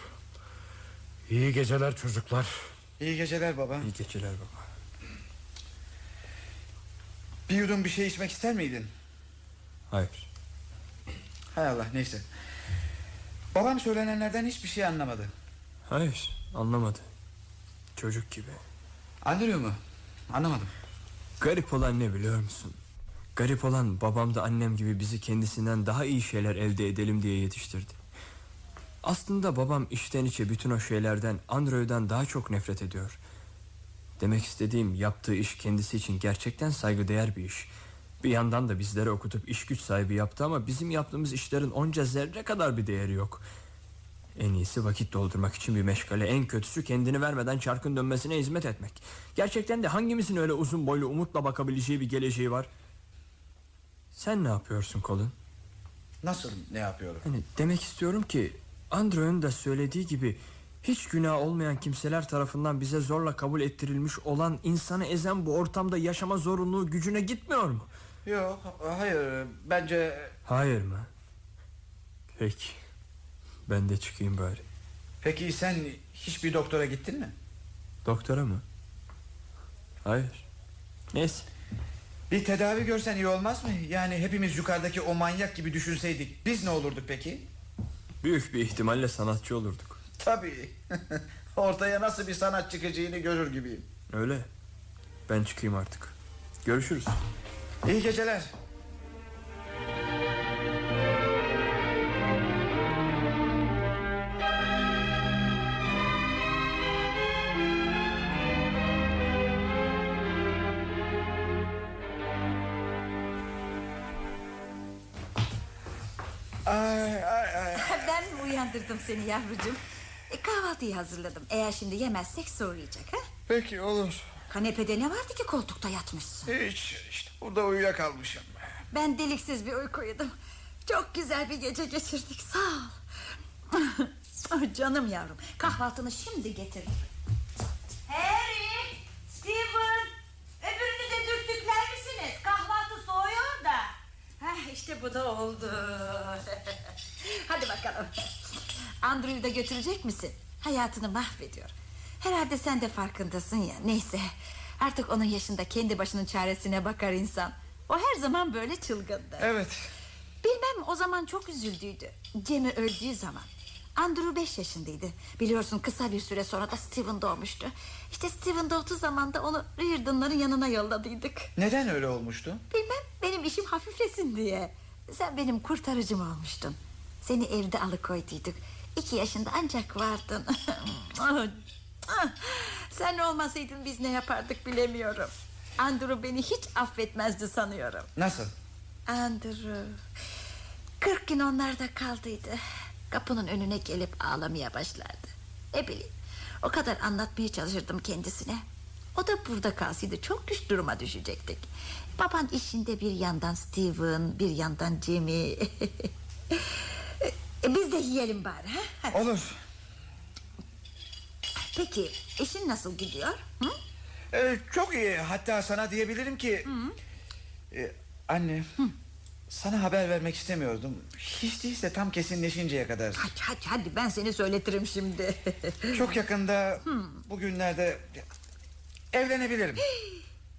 S3: İyi geceler çocuklar.
S6: İyi geceler baba.
S4: İyi geceler baba.
S6: Bir yudum bir şey içmek ister miydin?
S4: Hayır.
S6: Hay Allah neyse. Babam söylenenlerden hiçbir şey anlamadı.
S4: Hayır anlamadı. Çocuk gibi.
S6: Anlıyor mu? Anlamadım.
S4: Garip olan ne biliyor musun? Garip olan babam da annem gibi bizi kendisinden daha iyi şeyler elde edelim diye yetiştirdi. Aslında babam içten içe bütün o şeylerden Andrew'dan daha çok nefret ediyor. Demek istediğim yaptığı iş kendisi için gerçekten saygıdeğer bir iş. Bir yandan da bizlere okutup iş güç sahibi yaptı ama bizim yaptığımız işlerin onca zerre kadar bir değeri yok. En iyisi vakit doldurmak için bir meşgale En kötüsü kendini vermeden çarkın dönmesine hizmet etmek Gerçekten de hangimizin öyle uzun boylu umutla bakabileceği bir geleceği var Sen ne yapıyorsun Colin?
S6: Nasıl ne yapıyorum?
S4: Hani demek istiyorum ki Andrew'un da söylediği gibi Hiç günah olmayan kimseler tarafından bize zorla kabul ettirilmiş olan insanı ezen bu ortamda yaşama zorunluluğu gücüne gitmiyor mu?
S6: Yok hayır bence...
S4: Hayır mı? Peki Ben de çıkayım bari
S6: Peki sen hiçbir doktora gittin mi?
S4: Doktora mı? Hayır. Neyse.
S6: Bir tedavi görsen iyi olmaz mı? Yani hepimiz yukarıdaki o manyak gibi düşünseydik biz ne olurduk peki?
S4: Büyük bir ihtimalle sanatçı olurduk.
S6: Tabii. Ortaya nasıl bir sanat çıkacağını görür gibiyim.
S4: Öyle. Ben çıkayım artık. Görüşürüz.
S6: İyi geceler. Ay, ay, ay.
S8: ben mi uyandırdım seni yavrucuğum? E, kahvaltıyı hazırladım. Eğer şimdi yemezsek soğuyacak ha?
S6: Peki olur.
S8: Kanepede ne vardı ki koltukta yatmışsın?
S6: Hiç işte burada uyuyakalmışım.
S8: Ben deliksiz bir uyku uyudum. Çok güzel bir gece geçirdik sağ ol. Ah, Canım yavrum kahvaltını şimdi getirdim.
S13: Harry, Steven, öbürünü de dürtükler misiniz? Kahvaltı soğuyor da.
S8: Heh, işte bu da oldu. Hadi bakalım. Andrew'u da götürecek misin? Hayatını mahvediyor. Herhalde sen de farkındasın ya. Neyse. Artık onun yaşında kendi başının çaresine bakar insan. O her zaman böyle çılgındı.
S6: Evet.
S8: Bilmem o zaman çok üzüldüydü. Cem'i öldüğü zaman. Andrew 5 yaşındaydı. Biliyorsun kısa bir süre sonra da Steven doğmuştu. İşte Steven doğduğu zaman da onu Reardon'ların yanına yolladıydık.
S6: Neden öyle olmuştu?
S8: Bilmem benim işim hafiflesin diye Sen benim kurtarıcım olmuştun Seni evde alıkoyduyduk İki yaşında ancak vardın Sen olmasaydın biz ne yapardık bilemiyorum Andrew beni hiç affetmezdi sanıyorum
S6: Nasıl?
S8: Andrew Kırk gün onlarda kaldıydı. Kapının önüne gelip ağlamaya başlardı. Ne bileyim. O kadar anlatmaya çalışırdım kendisine. O da burada kalsaydı çok güç duruma düşecektik. Baban işinde bir yandan Steven, bir yandan Jimmy. E, Biz de yiyelim bari. Ha? Hadi.
S6: Olur.
S8: Peki işin nasıl gidiyor? Hı?
S6: Ee, çok iyi. Hatta sana diyebilirim ki... Ee, anne... Sana haber vermek istemiyordum. Hiç değilse tam kesinleşinceye kadar.
S8: Hadi hadi ben seni söyletirim şimdi.
S6: Çok yakında bugünlerde evlenebilirim.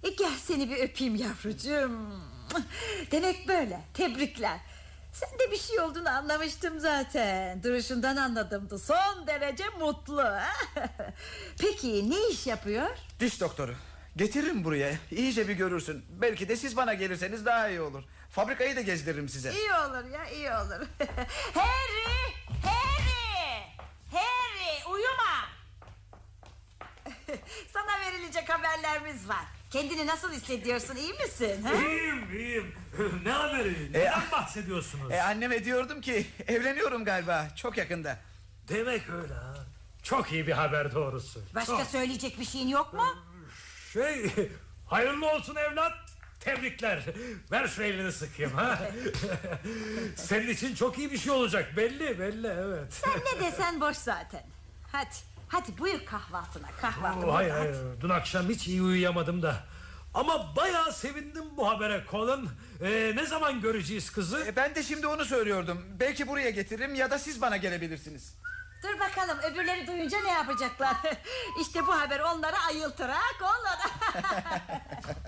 S8: E, gel seni bir öpeyim yavrucuğum. Demek böyle. Tebrikler. Sen de bir şey olduğunu anlamıştım zaten. Duruşundan anladımdı. Son derece mutlu. ha? Peki ne iş yapıyor?
S6: Diş doktoru. Getiririm buraya. İyice bir görürsün. Belki de siz bana gelirseniz daha iyi olur. Fabrikayı da gezdiririm size.
S8: İyi olur ya iyi olur. Harry! Harry! Harry uyuma! Sana verilecek haberlerimiz var. Kendini nasıl hissediyorsun iyi misin? ha?
S3: İyiyim iyiyim. ne haberi? Neden bahsediyorsunuz?
S6: E, anneme diyordum ki evleniyorum galiba çok yakında.
S3: Demek öyle ha. Çok iyi bir haber doğrusu.
S8: Başka
S3: Çok.
S8: söyleyecek bir şeyin yok mu?
S3: Şey hayırlı olsun evlat. Tebrikler. Ver şu elini sıkayım ha. Senin için çok iyi bir şey olacak belli belli evet.
S8: Sen ne desen boş zaten. Hadi hadi buyur kahvaltına kahvaltı.
S3: hayır,
S8: burada.
S3: hayır. Dün akşam hiç iyi uyuyamadım da. Ama bayağı sevindim bu habere Colin. Ee, ne zaman göreceğiz kızı?
S6: E, ben de şimdi onu söylüyordum. Belki buraya getiririm ya da siz bana gelebilirsiniz.
S8: Dur bakalım öbürleri duyunca ne yapacaklar? işte bu haber onları ayıltır ha onları.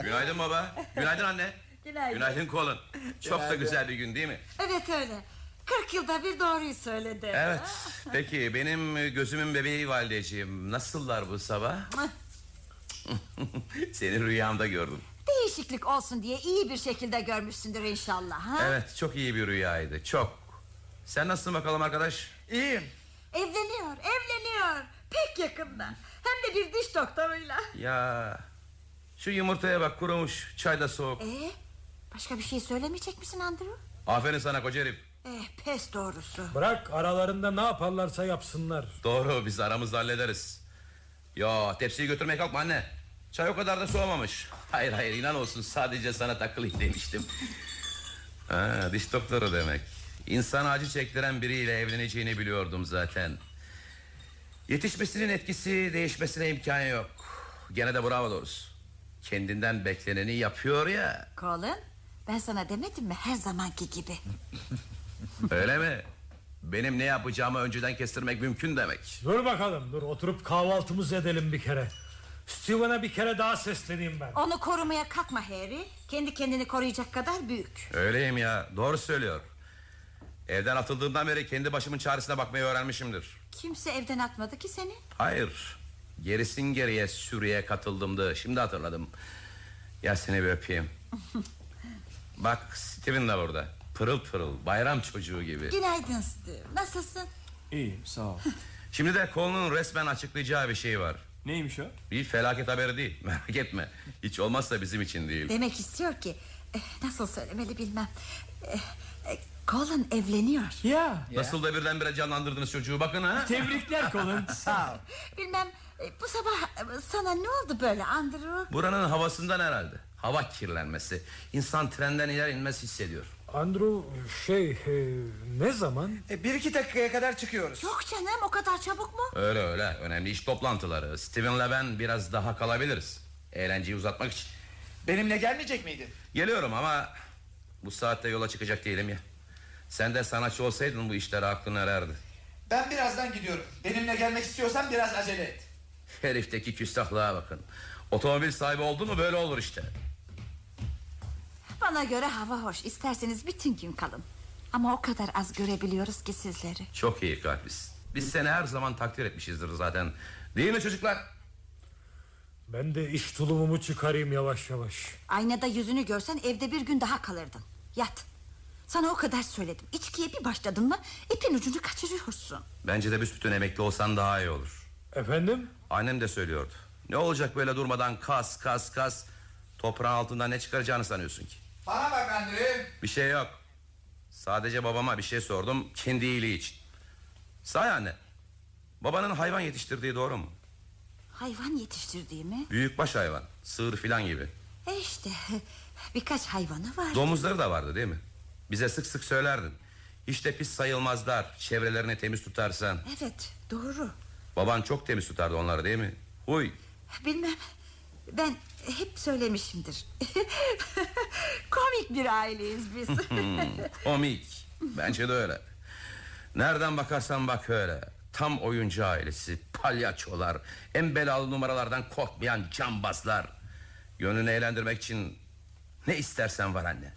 S2: Günaydın baba. Günaydın anne.
S8: Günaydın.
S2: Günaydın Colin. Çok da
S8: Günaydın.
S2: güzel bir gün değil mi?
S8: Evet öyle. 40 yılda bir doğruyu söyledi.
S2: Evet. Peki benim e, gözümün bebeği valideciğim. Nasıllar bu sabah?
S8: Mıh,
S2: Seni rüyamda gördüm.
S8: Değişiklik olsun diye iyi bir şekilde görmüşsündür inşallah. Ha?
S2: Evet çok iyi bir rüyaydı. Çok. Sen nasılsın bakalım arkadaş?
S6: İyiyim.
S8: Evleniyor, evleniyor. Pek yakında. Hem de bir diş doktoruyla.
S2: Ya şu yumurtaya bak kurumuş. Çay da soğuk.
S8: Ee, başka bir şey söylemeyecek misin Andrew?
S2: Aferin sana koca herif.
S8: Eh, pes doğrusu.
S3: Bırak aralarında ne yaparlarsa yapsınlar.
S2: Doğru biz aramızda hallederiz. Ya tepsiyi götürmeye kalkma anne. Çay o kadar da soğumamış. Hayır hayır inan olsun sadece sana takılayım demiştim. Ha, diş doktoru demek. İnsan acı çektiren biriyle evleneceğini biliyordum zaten. Yetişmesinin etkisi değişmesine imkan yok. Gene de bravo doğrusu. Kendinden bekleneni yapıyor ya.
S8: Colin, ben sana demedim mi her zamanki gibi?
S2: Öyle mi? Benim ne yapacağımı önceden kestirmek mümkün demek.
S3: Dur bakalım dur oturup kahvaltımızı edelim bir kere. Steven'a bir kere daha sesleneyim ben.
S8: Onu korumaya kalkma Harry. Kendi kendini koruyacak kadar büyük.
S2: Öyleyim ya doğru söylüyor Evden atıldığımdan beri kendi başımın çaresine bakmayı öğrenmişimdir
S8: Kimse evden atmadı ki seni.
S2: Hayır gerisin geriye sürüye katıldımdı şimdi hatırladım Ya seni bir öpeyim Bak Steven de burada Pırıl pırıl bayram çocuğu gibi
S8: Günaydın Steve. Nasılsın?
S2: İyiyim sağ ol Şimdi de kolunun resmen açıklayacağı bir şey var Neymiş o? Bir felaket haberi değil merak etme Hiç olmazsa bizim için değil
S8: Demek istiyor ki eh, nasıl söylemeli bilmem. Eh, eh, Colin evleniyor. Ya.
S2: Nasıl da birdenbire canlandırdınız çocuğu bakın ha
S8: Tebrikler
S2: kolun
S8: Sağ ol. Bilmem eh, bu sabah eh, sana ne oldu böyle Andrew?
S2: Buranın havasından herhalde. Hava kirlenmesi. İnsan trenden iner inmez hissediyor.
S3: Andrew şey e, ne zaman?
S6: E, bir iki dakikaya kadar çıkıyoruz.
S8: Yok canım o kadar çabuk mu?
S2: Öyle öyle. Önemli iş toplantıları. Steven'le ben biraz daha kalabiliriz. Eğlenceyi uzatmak için.
S6: Benimle gelmeyecek miydin?
S2: Geliyorum ama bu saatte yola çıkacak değilim ya. Sen de sanatçı olsaydın bu işlere aklın ererdi.
S6: Ben birazdan gidiyorum. Benimle gelmek istiyorsan biraz acele et.
S2: Herifteki küstahlığa bakın. Otomobil sahibi oldu mu böyle olur işte.
S8: Bana göre hava hoş. İsterseniz bütün gün kalın. Ama o kadar az görebiliyoruz ki sizleri.
S2: Çok iyi kalplisin. Biz seni her zaman takdir etmişizdir zaten. Değil mi çocuklar?
S3: Ben de iş tulumumu çıkarayım yavaş yavaş.
S8: Aynada yüzünü görsen evde bir gün daha kalırdın. Yat. Sana o kadar söyledim. İçkiye bir başladın mı ipin ucunu kaçırıyorsun.
S2: Bence de büsbütün emekli olsan daha iyi olur.
S3: Efendim?
S2: Annem de söylüyordu. Ne olacak böyle durmadan kas kas kas. Toprağın altından ne çıkaracağını sanıyorsun ki?
S6: Bana bak Andrew.
S2: Bir şey yok. Sadece babama bir şey sordum kendi iyiliği için. Sahi anne, babanın hayvan yetiştirdiği doğru mu?
S8: Hayvan yetiştirdiği mi?
S2: Büyükbaş hayvan, sığır filan gibi.
S8: E işte birkaç hayvanı var.
S2: Domuzları da vardı değil mi? Bize sık sık söylerdin. Hiç de pis sayılmazlar. Çevrelerini temiz tutarsan.
S8: Evet doğru.
S2: Baban çok temiz tutardı onları değil mi? Huy,
S8: Bilmem ben hep söylemişimdir. Komik bir aileyiz biz.
S2: Komik. Bence de öyle. Nereden bakarsan bak öyle. Tam oyuncu ailesi, palyaçolar, en belalı numaralardan korkmayan cambazlar. Gönlünü eğlendirmek için ne istersen var anne.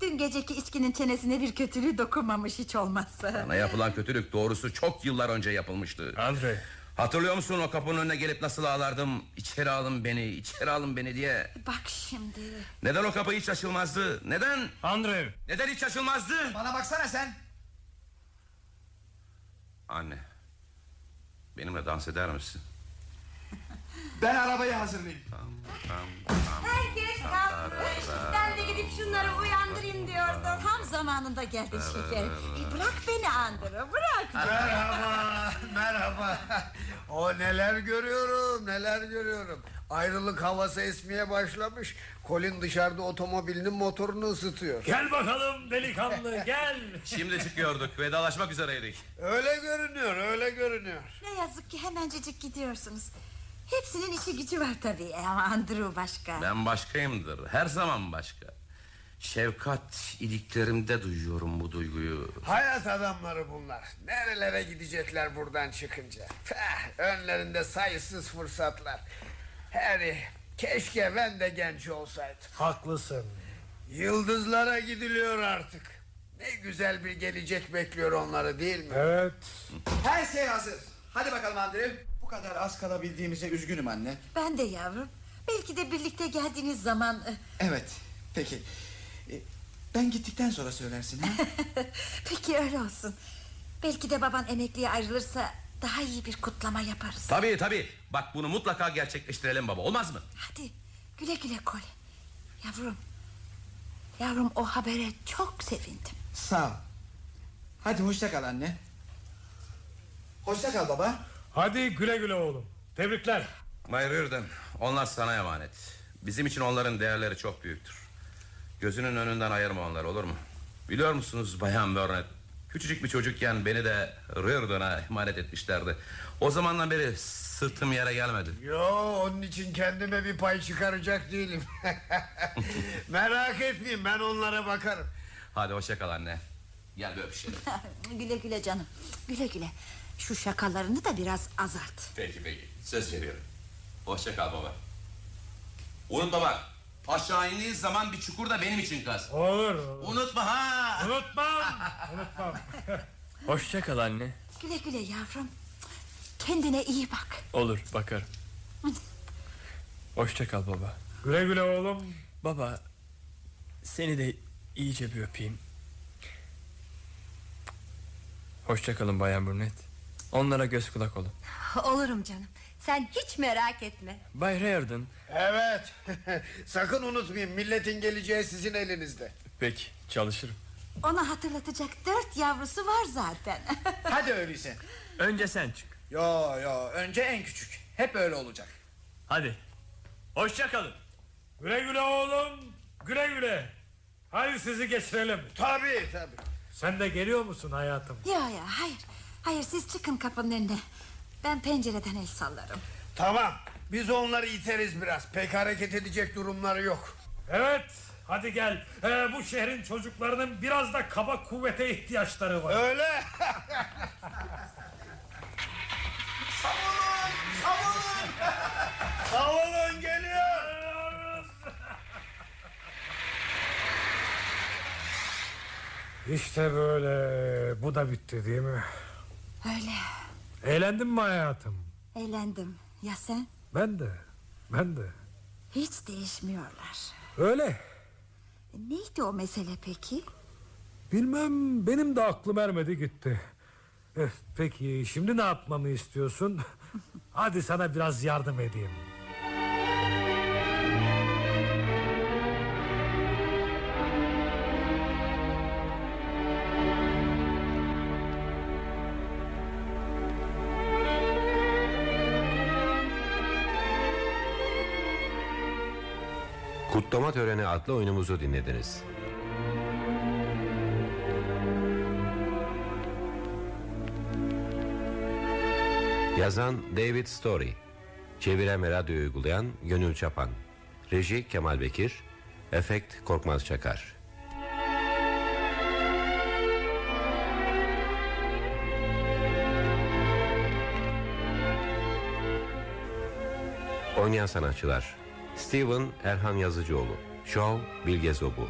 S8: Dün geceki içkinin çenesine bir kötülüğü dokunmamış hiç olmazsa.
S2: Sana yapılan kötülük doğrusu çok yıllar önce yapılmıştı.
S4: Andre.
S2: Hatırlıyor musun o kapının önüne gelip nasıl ağlardım? İçeri alın beni, içeri alın beni diye.
S8: Bak şimdi.
S2: Neden o kapı hiç açılmazdı? Neden?
S4: Andre.
S2: Neden hiç açılmazdı?
S6: Bana baksana sen.
S2: Anne. Benimle dans eder misin?
S6: Ben arabayı hazırlayayım.
S2: Tamam.
S5: Herkes kalkmış. Ben de gidip şunları uyandırayım diyordum.
S8: Tam zamanında geldin şeker. E, bırak beni Andro bırak.
S11: Merhaba, merhaba. O neler görüyorum, neler görüyorum. Ayrılık havası esmeye başlamış. Colin dışarıda otomobilinin motorunu ısıtıyor.
S3: Gel bakalım delikanlı gel.
S2: Şimdi çıkıyorduk, vedalaşmak üzereydik.
S11: Öyle görünüyor, öyle görünüyor.
S8: Ne yazık ki hemencecik gidiyorsunuz. Hepsinin işi gücü var tabii E, ama Andrew başka.
S2: Ben başkayımdır. Her zaman başka. Şefkat iliklerimde duyuyorum bu duyguyu.
S11: Hayat adamları bunlar. Nerelere gidecekler buradan çıkınca. Peh, önlerinde sayısız fırsatlar. Harry, keşke ben de genç olsaydım.
S3: Haklısın.
S11: Yıldızlara gidiliyor artık. Ne güzel bir gelecek bekliyor onları değil mi?
S3: Evet.
S6: Her şey hazır. Hadi bakalım Andrew. Bu kadar az kalabildiğimize üzgünüm anne.
S8: Ben de yavrum. Belki de birlikte geldiğiniz zaman... e,
S6: Evet. Peki. E, Ben gittikten sonra söylersin. ha?
S8: Peki öyle olsun. Belki de baban emekliye ayrılırsa daha iyi bir kutlama yaparız.
S2: Tabii tabii. Bak bunu mutlaka gerçekleştirelim baba. Olmaz mı?
S8: Hadi güle güle Colin. Yavrum. Yavrum o habere çok sevindim.
S6: Sağ ol. Hadi hoşça kal anne. Hoşça kal baba.
S3: Hadi güle güle oğlum. Tebrikler.
S2: Mayr Reardon, onlar sana emanet. Bizim için onların değerleri çok büyüktür. Gözünün önünden ayırma onları olur mu? Biliyor musunuz Bayan Burnett? Küçücük bir çocukken beni de Reardon'a emanet etmişlerdi. O zamandan beri sırtım yere gelmedi.
S11: Yo onun için kendime bir pay çıkaracak değilim. Merak etmeyin ben onlara bakarım.
S2: Hadi hoşça kal anne. Gel bir öpüşelim.
S8: güle güle canım. Güle güle. Şu şakalarını da biraz azalt.
S2: Peki peki söz veriyorum Hoşça kal baba Unutma bak Aşağı indiğin zaman bir çukur da benim için kaz
S3: Olur.
S2: Unutma ha
S3: Unutmam Unutmam
S4: Hoşça kal anne.
S8: Güle güle yavrum. Kendine iyi bak.
S4: Olur bakarım. Hoşça kal baba.
S3: Güle güle oğlum.
S4: Baba seni de iyice bir öpeyim. Hoşça kalın Bayan Burnett. Onlara göz kulak olun.
S14: Olurum canım. Sen hiç merak etme.
S4: Bay Reardon.
S11: Evet sakın unutmayın milletin geleceği sizin elinizde.
S4: Peki çalışırım.
S8: Ona hatırlatacak dört yavrusu var zaten.
S6: Hadi öyleyse.
S4: Önce sen çık.
S6: Yo yo önce en küçük. Hep öyle olacak.
S4: Hadi. Hoşça kalın.
S3: Güle güle oğlum. Güle güle. Hadi sizi geçirelim.
S11: Tabii tabii.
S3: Sen de geliyor musun hayatım?
S8: Ya ya hayır. Hayır siz çıkın kapının önüne. Ben pencereden el sallarım.
S11: Tamam biz onları iteriz biraz pek hareket edecek durumları yok.
S3: Evet. Hadi gel. Ee, bu şehrin çocuklarının biraz da kaba kuvvete ihtiyaçları var.
S11: Öyle.
S6: Savunun!
S11: Savunun geliyor.
S3: İşte böyle. Bu da bitti değil mi?
S8: Öyle
S3: Eğlendin mi hayatım?
S8: eğlendim. Ya sen?
S3: Ben de. Ben de.
S8: Hiç değişmiyorlar.
S3: Öyle.
S8: Neydi o mesele peki?
S3: Bilmem benim de aklım ermedi gitti. Eh, Peki şimdi ne yapmamı istiyorsun? Hadi sana biraz yardım edeyim.
S11: Kutlama Töreni adlı oyunumuzu dinlediniz. Yazan David Story Çeviren ve radyo uygulayan Gönül Çapan Reji Kemal Bekir Efekt Korkmaz Çakar Oynayan sanatçılar Steven Erhan Yazıcıoğlu Şov Bilge Zobu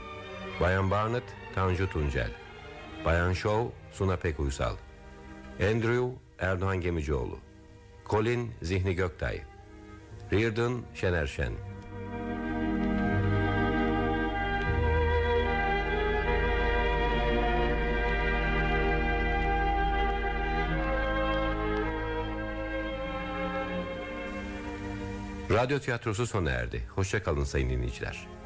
S11: Bayan Barnett Tanju Tuncel Bayan Şov Suna Pek Uysal Andrew Erdoğan Gemicioğlu Colin Zihni Göktay Reardon Şener Şen Radyo tiyatrosu sona erdi. Hoşça kalın sayın dinleyiciler.